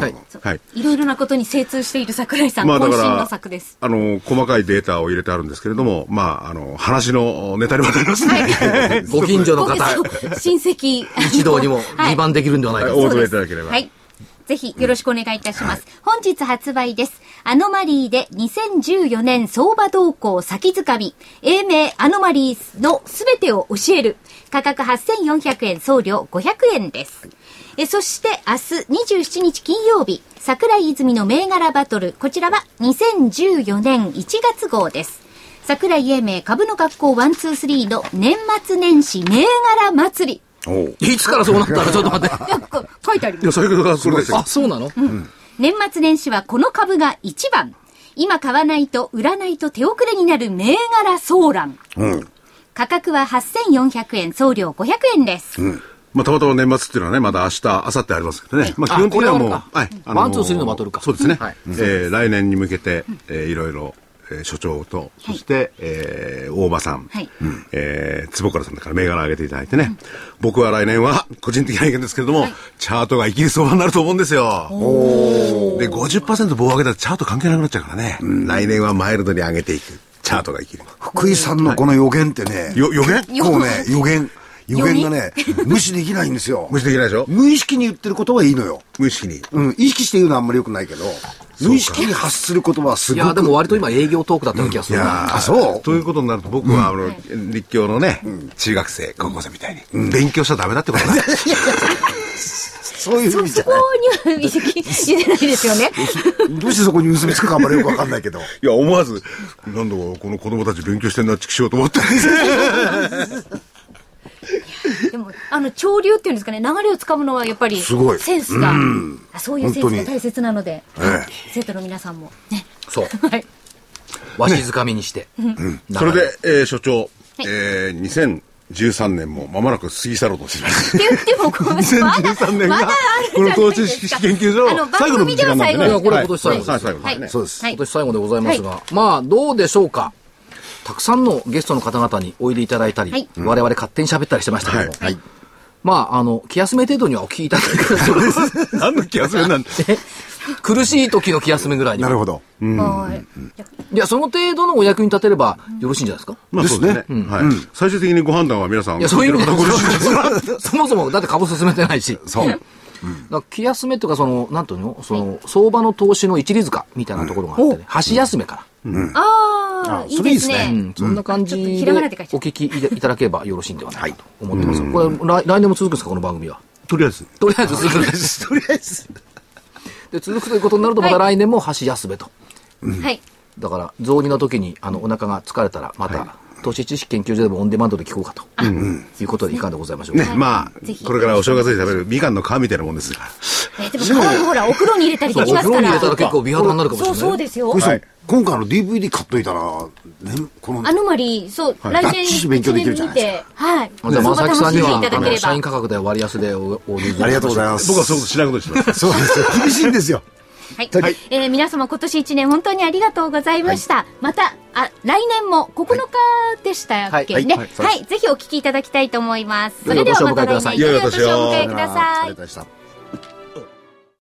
Speaker 3: るほど。
Speaker 4: はい。
Speaker 2: いろいろなことに精通している桜井さん、
Speaker 4: まあだ
Speaker 2: 渾
Speaker 4: か
Speaker 2: 身
Speaker 4: ら、
Speaker 2: の作です。
Speaker 4: あの、細かいデータを入れてあるんですけれども、まあ、あの、話のネタにもなります [laughs] ね。
Speaker 1: ご近所の方、
Speaker 2: そう親戚。
Speaker 1: 一同にも
Speaker 2: [laughs] はい
Speaker 1: 二番できるんではないか
Speaker 2: そ
Speaker 1: と。
Speaker 4: お
Speaker 2: う
Speaker 4: 求め
Speaker 2: で
Speaker 4: い
Speaker 2: す
Speaker 4: ただければ。
Speaker 2: はい。ぜひよろしくお願いいたします。本日発売です。アノマリーで2014年相場動向先づかみ、英名アノマリーのすべてを教える、価格8400円、送料500円です。えそして明日27日金曜日、桜井泉の銘柄バトル、こちらは2014年1月号です。桜井英明株の学校123の年末年始銘柄祭り。
Speaker 1: いつからそうなったのちょっと待って。
Speaker 2: いやこ書いてあります
Speaker 4: いや、それがこれですよ
Speaker 1: あ、。そうなの
Speaker 2: 年末年始はこの株が一番。今買わないと売らないと手遅れになる銘柄ソーラン。価格は8400円、送料500円です。
Speaker 4: まあ、たまたま年末っていうのはね、まだ明日、明後日ありますけどね。まあ、基本的にはも
Speaker 1: あこ
Speaker 4: う、
Speaker 1: れはあ
Speaker 4: はい
Speaker 1: るか。ワンツースリーのバトルか
Speaker 4: そうですね。
Speaker 1: はい
Speaker 4: えー来年に向けて、えーいろいろ、えー所長と、そして、えー大場さん、
Speaker 2: はい
Speaker 4: えー坪倉さんだから銘柄上げていただいてね。僕は来年は、個人的な意見ですけれども、チャートが生きる相場になると思うんですよ。で、50%棒上げたらチャート関係なくなっちゃうからね。来年はマイルドに上げていく。チャートが生きる。
Speaker 3: 福井さんのこの予言ってね、
Speaker 4: よ、予言
Speaker 3: 結構ね、予言、予言がね、無視できないんですよ
Speaker 4: 無。視できないでしょ
Speaker 3: 無意識に言ってることはいいのよ。
Speaker 4: 無意識に。
Speaker 3: うん、意識して言うのはあんまり良くないけど、無意識に発する言葉はす
Speaker 1: い
Speaker 3: ごく。
Speaker 1: や、でも割と今営業トークだったような気がす
Speaker 4: い
Speaker 1: る
Speaker 4: や
Speaker 1: な。
Speaker 4: ー
Speaker 3: あそう
Speaker 4: ということになると僕は、あの立教のね、中学生高校生みたいに、勉強しちゃダメだってことだ
Speaker 3: そういう意味
Speaker 2: そ
Speaker 3: じゃな
Speaker 2: こ
Speaker 3: い。
Speaker 2: には言えないですよね。
Speaker 3: どうしてそこに結びつくかあんまりよくわかんないけど。
Speaker 4: いや思わずなんだかこの子供たち勉強してんなチクしようと思って
Speaker 2: でも、あの、潮流っていうんですかね、流れをつかむのはやっぱり、
Speaker 3: すごい
Speaker 2: センスが、あそういうセンス
Speaker 3: 本当
Speaker 2: が
Speaker 3: に
Speaker 2: 大切なので、
Speaker 3: え
Speaker 2: 生徒の皆さんも、ね。
Speaker 1: そう。
Speaker 2: はい。
Speaker 1: わしづかみにして。
Speaker 4: それ
Speaker 1: 流
Speaker 4: で、えー所長、えー2013年もまもなく過ぎ去ろうとしてます
Speaker 2: って言っても、こう、まだ、
Speaker 4: 2013年
Speaker 2: ま
Speaker 4: が
Speaker 2: だあるじ
Speaker 4: [laughs] こ
Speaker 2: ゃないですか。
Speaker 4: の投資知識研究所
Speaker 2: あの、
Speaker 4: 最
Speaker 2: 番
Speaker 4: 後の
Speaker 2: 組
Speaker 4: 時
Speaker 2: で
Speaker 4: 間
Speaker 2: は
Speaker 4: なん
Speaker 2: 最
Speaker 4: で
Speaker 2: 後
Speaker 4: ね
Speaker 1: いやこれは
Speaker 4: はい
Speaker 1: 今年最後です
Speaker 4: はい最後ですね
Speaker 3: そうです
Speaker 2: はい
Speaker 1: 今年最後でございますが、まあどうでしょうかたくさんのゲストの方々においでいただいたり、
Speaker 2: はい
Speaker 1: 我々勝手に喋ったりしてましたけども、
Speaker 4: はいはい
Speaker 1: まああの気休め程度にはお聞きいただいたり
Speaker 4: [laughs] 何の気がするなんて
Speaker 1: 苦しい時の気休めぐらいに
Speaker 3: なるほど。
Speaker 2: はい。
Speaker 1: いやその程度のお役に立てればよろしいんじゃないですか、
Speaker 4: まあそうですね
Speaker 3: です
Speaker 4: はい最終的にご判断は皆さん
Speaker 1: いやそういう意味で
Speaker 4: 方ご承知ですから
Speaker 1: [laughs] そもそもだって株進めてないし
Speaker 3: そう。
Speaker 1: だから気休めというかそのなんていうのその相場の投資の一律化みたいなところがあってね、箸休めから、
Speaker 2: ああ、いいです
Speaker 1: う
Speaker 2: ね。
Speaker 1: ん、そんな感じ
Speaker 2: ちょっ
Speaker 1: で
Speaker 2: と
Speaker 1: お
Speaker 2: ひらがなで書いちゃった
Speaker 1: 聞きいただければよろしいんではないかと思ってます。これ来来年も続くんですかこの番組は。
Speaker 4: とりあえず
Speaker 1: とりあえず続くんです。とりあえず。で続くということになるとまた来年も箸休めと。
Speaker 2: はい。
Speaker 1: だから雑煮の時にあのお腹が疲れたらまた、投資知識研究所でもオンデマンドで聞こうかと、いうことでいかがでございましょうか。
Speaker 4: ねまあ
Speaker 2: ぜひ
Speaker 4: これからお正月に食べるみかんの皮みたいなもんですから
Speaker 2: えーでも皮もほら、お風呂に入れたり
Speaker 1: そう
Speaker 2: でき
Speaker 1: お
Speaker 2: ます
Speaker 1: 風呂
Speaker 2: か
Speaker 1: に
Speaker 2: ら。
Speaker 1: 入れたら結構美肌になるかもしれ
Speaker 2: そ
Speaker 1: な
Speaker 2: う
Speaker 1: い。
Speaker 2: そうですよ
Speaker 3: 福井。さん、今回あの DVD 買っといたら、ね、この
Speaker 2: ア、ノマリー、そう、来
Speaker 3: バッチ
Speaker 2: 年
Speaker 3: リ勉強できるじゃないで
Speaker 2: 一年見てはい。
Speaker 1: あじゃあ、
Speaker 2: そこが
Speaker 1: 正木
Speaker 2: 楽
Speaker 1: さんに
Speaker 2: し
Speaker 1: は、
Speaker 2: んでいただ
Speaker 1: あ
Speaker 2: け
Speaker 1: の、
Speaker 2: れ
Speaker 1: 社員
Speaker 2: ば。
Speaker 1: 価格で割安でお、お、お、
Speaker 3: ありがとうございます。
Speaker 4: 僕はそういうことしないことにしてま
Speaker 3: [laughs]
Speaker 4: す
Speaker 3: そう
Speaker 4: [laughs]
Speaker 3: ですよ。厳しいんですよ。
Speaker 2: はい
Speaker 3: は。
Speaker 2: えー皆様今年一年本当にありがとうございました。また、あ、来年も9日でしたっけね。
Speaker 1: は
Speaker 2: はいい。ぜひお聞きいただきたいと思います。そ
Speaker 1: 良い
Speaker 2: れで
Speaker 1: お年
Speaker 2: はま
Speaker 1: を
Speaker 2: た来
Speaker 1: お迎えくださ
Speaker 2: 年、
Speaker 1: い
Speaker 2: 良いお
Speaker 4: 良いお年
Speaker 2: 年
Speaker 4: を
Speaker 2: をお迎えください
Speaker 3: 失礼いた。した。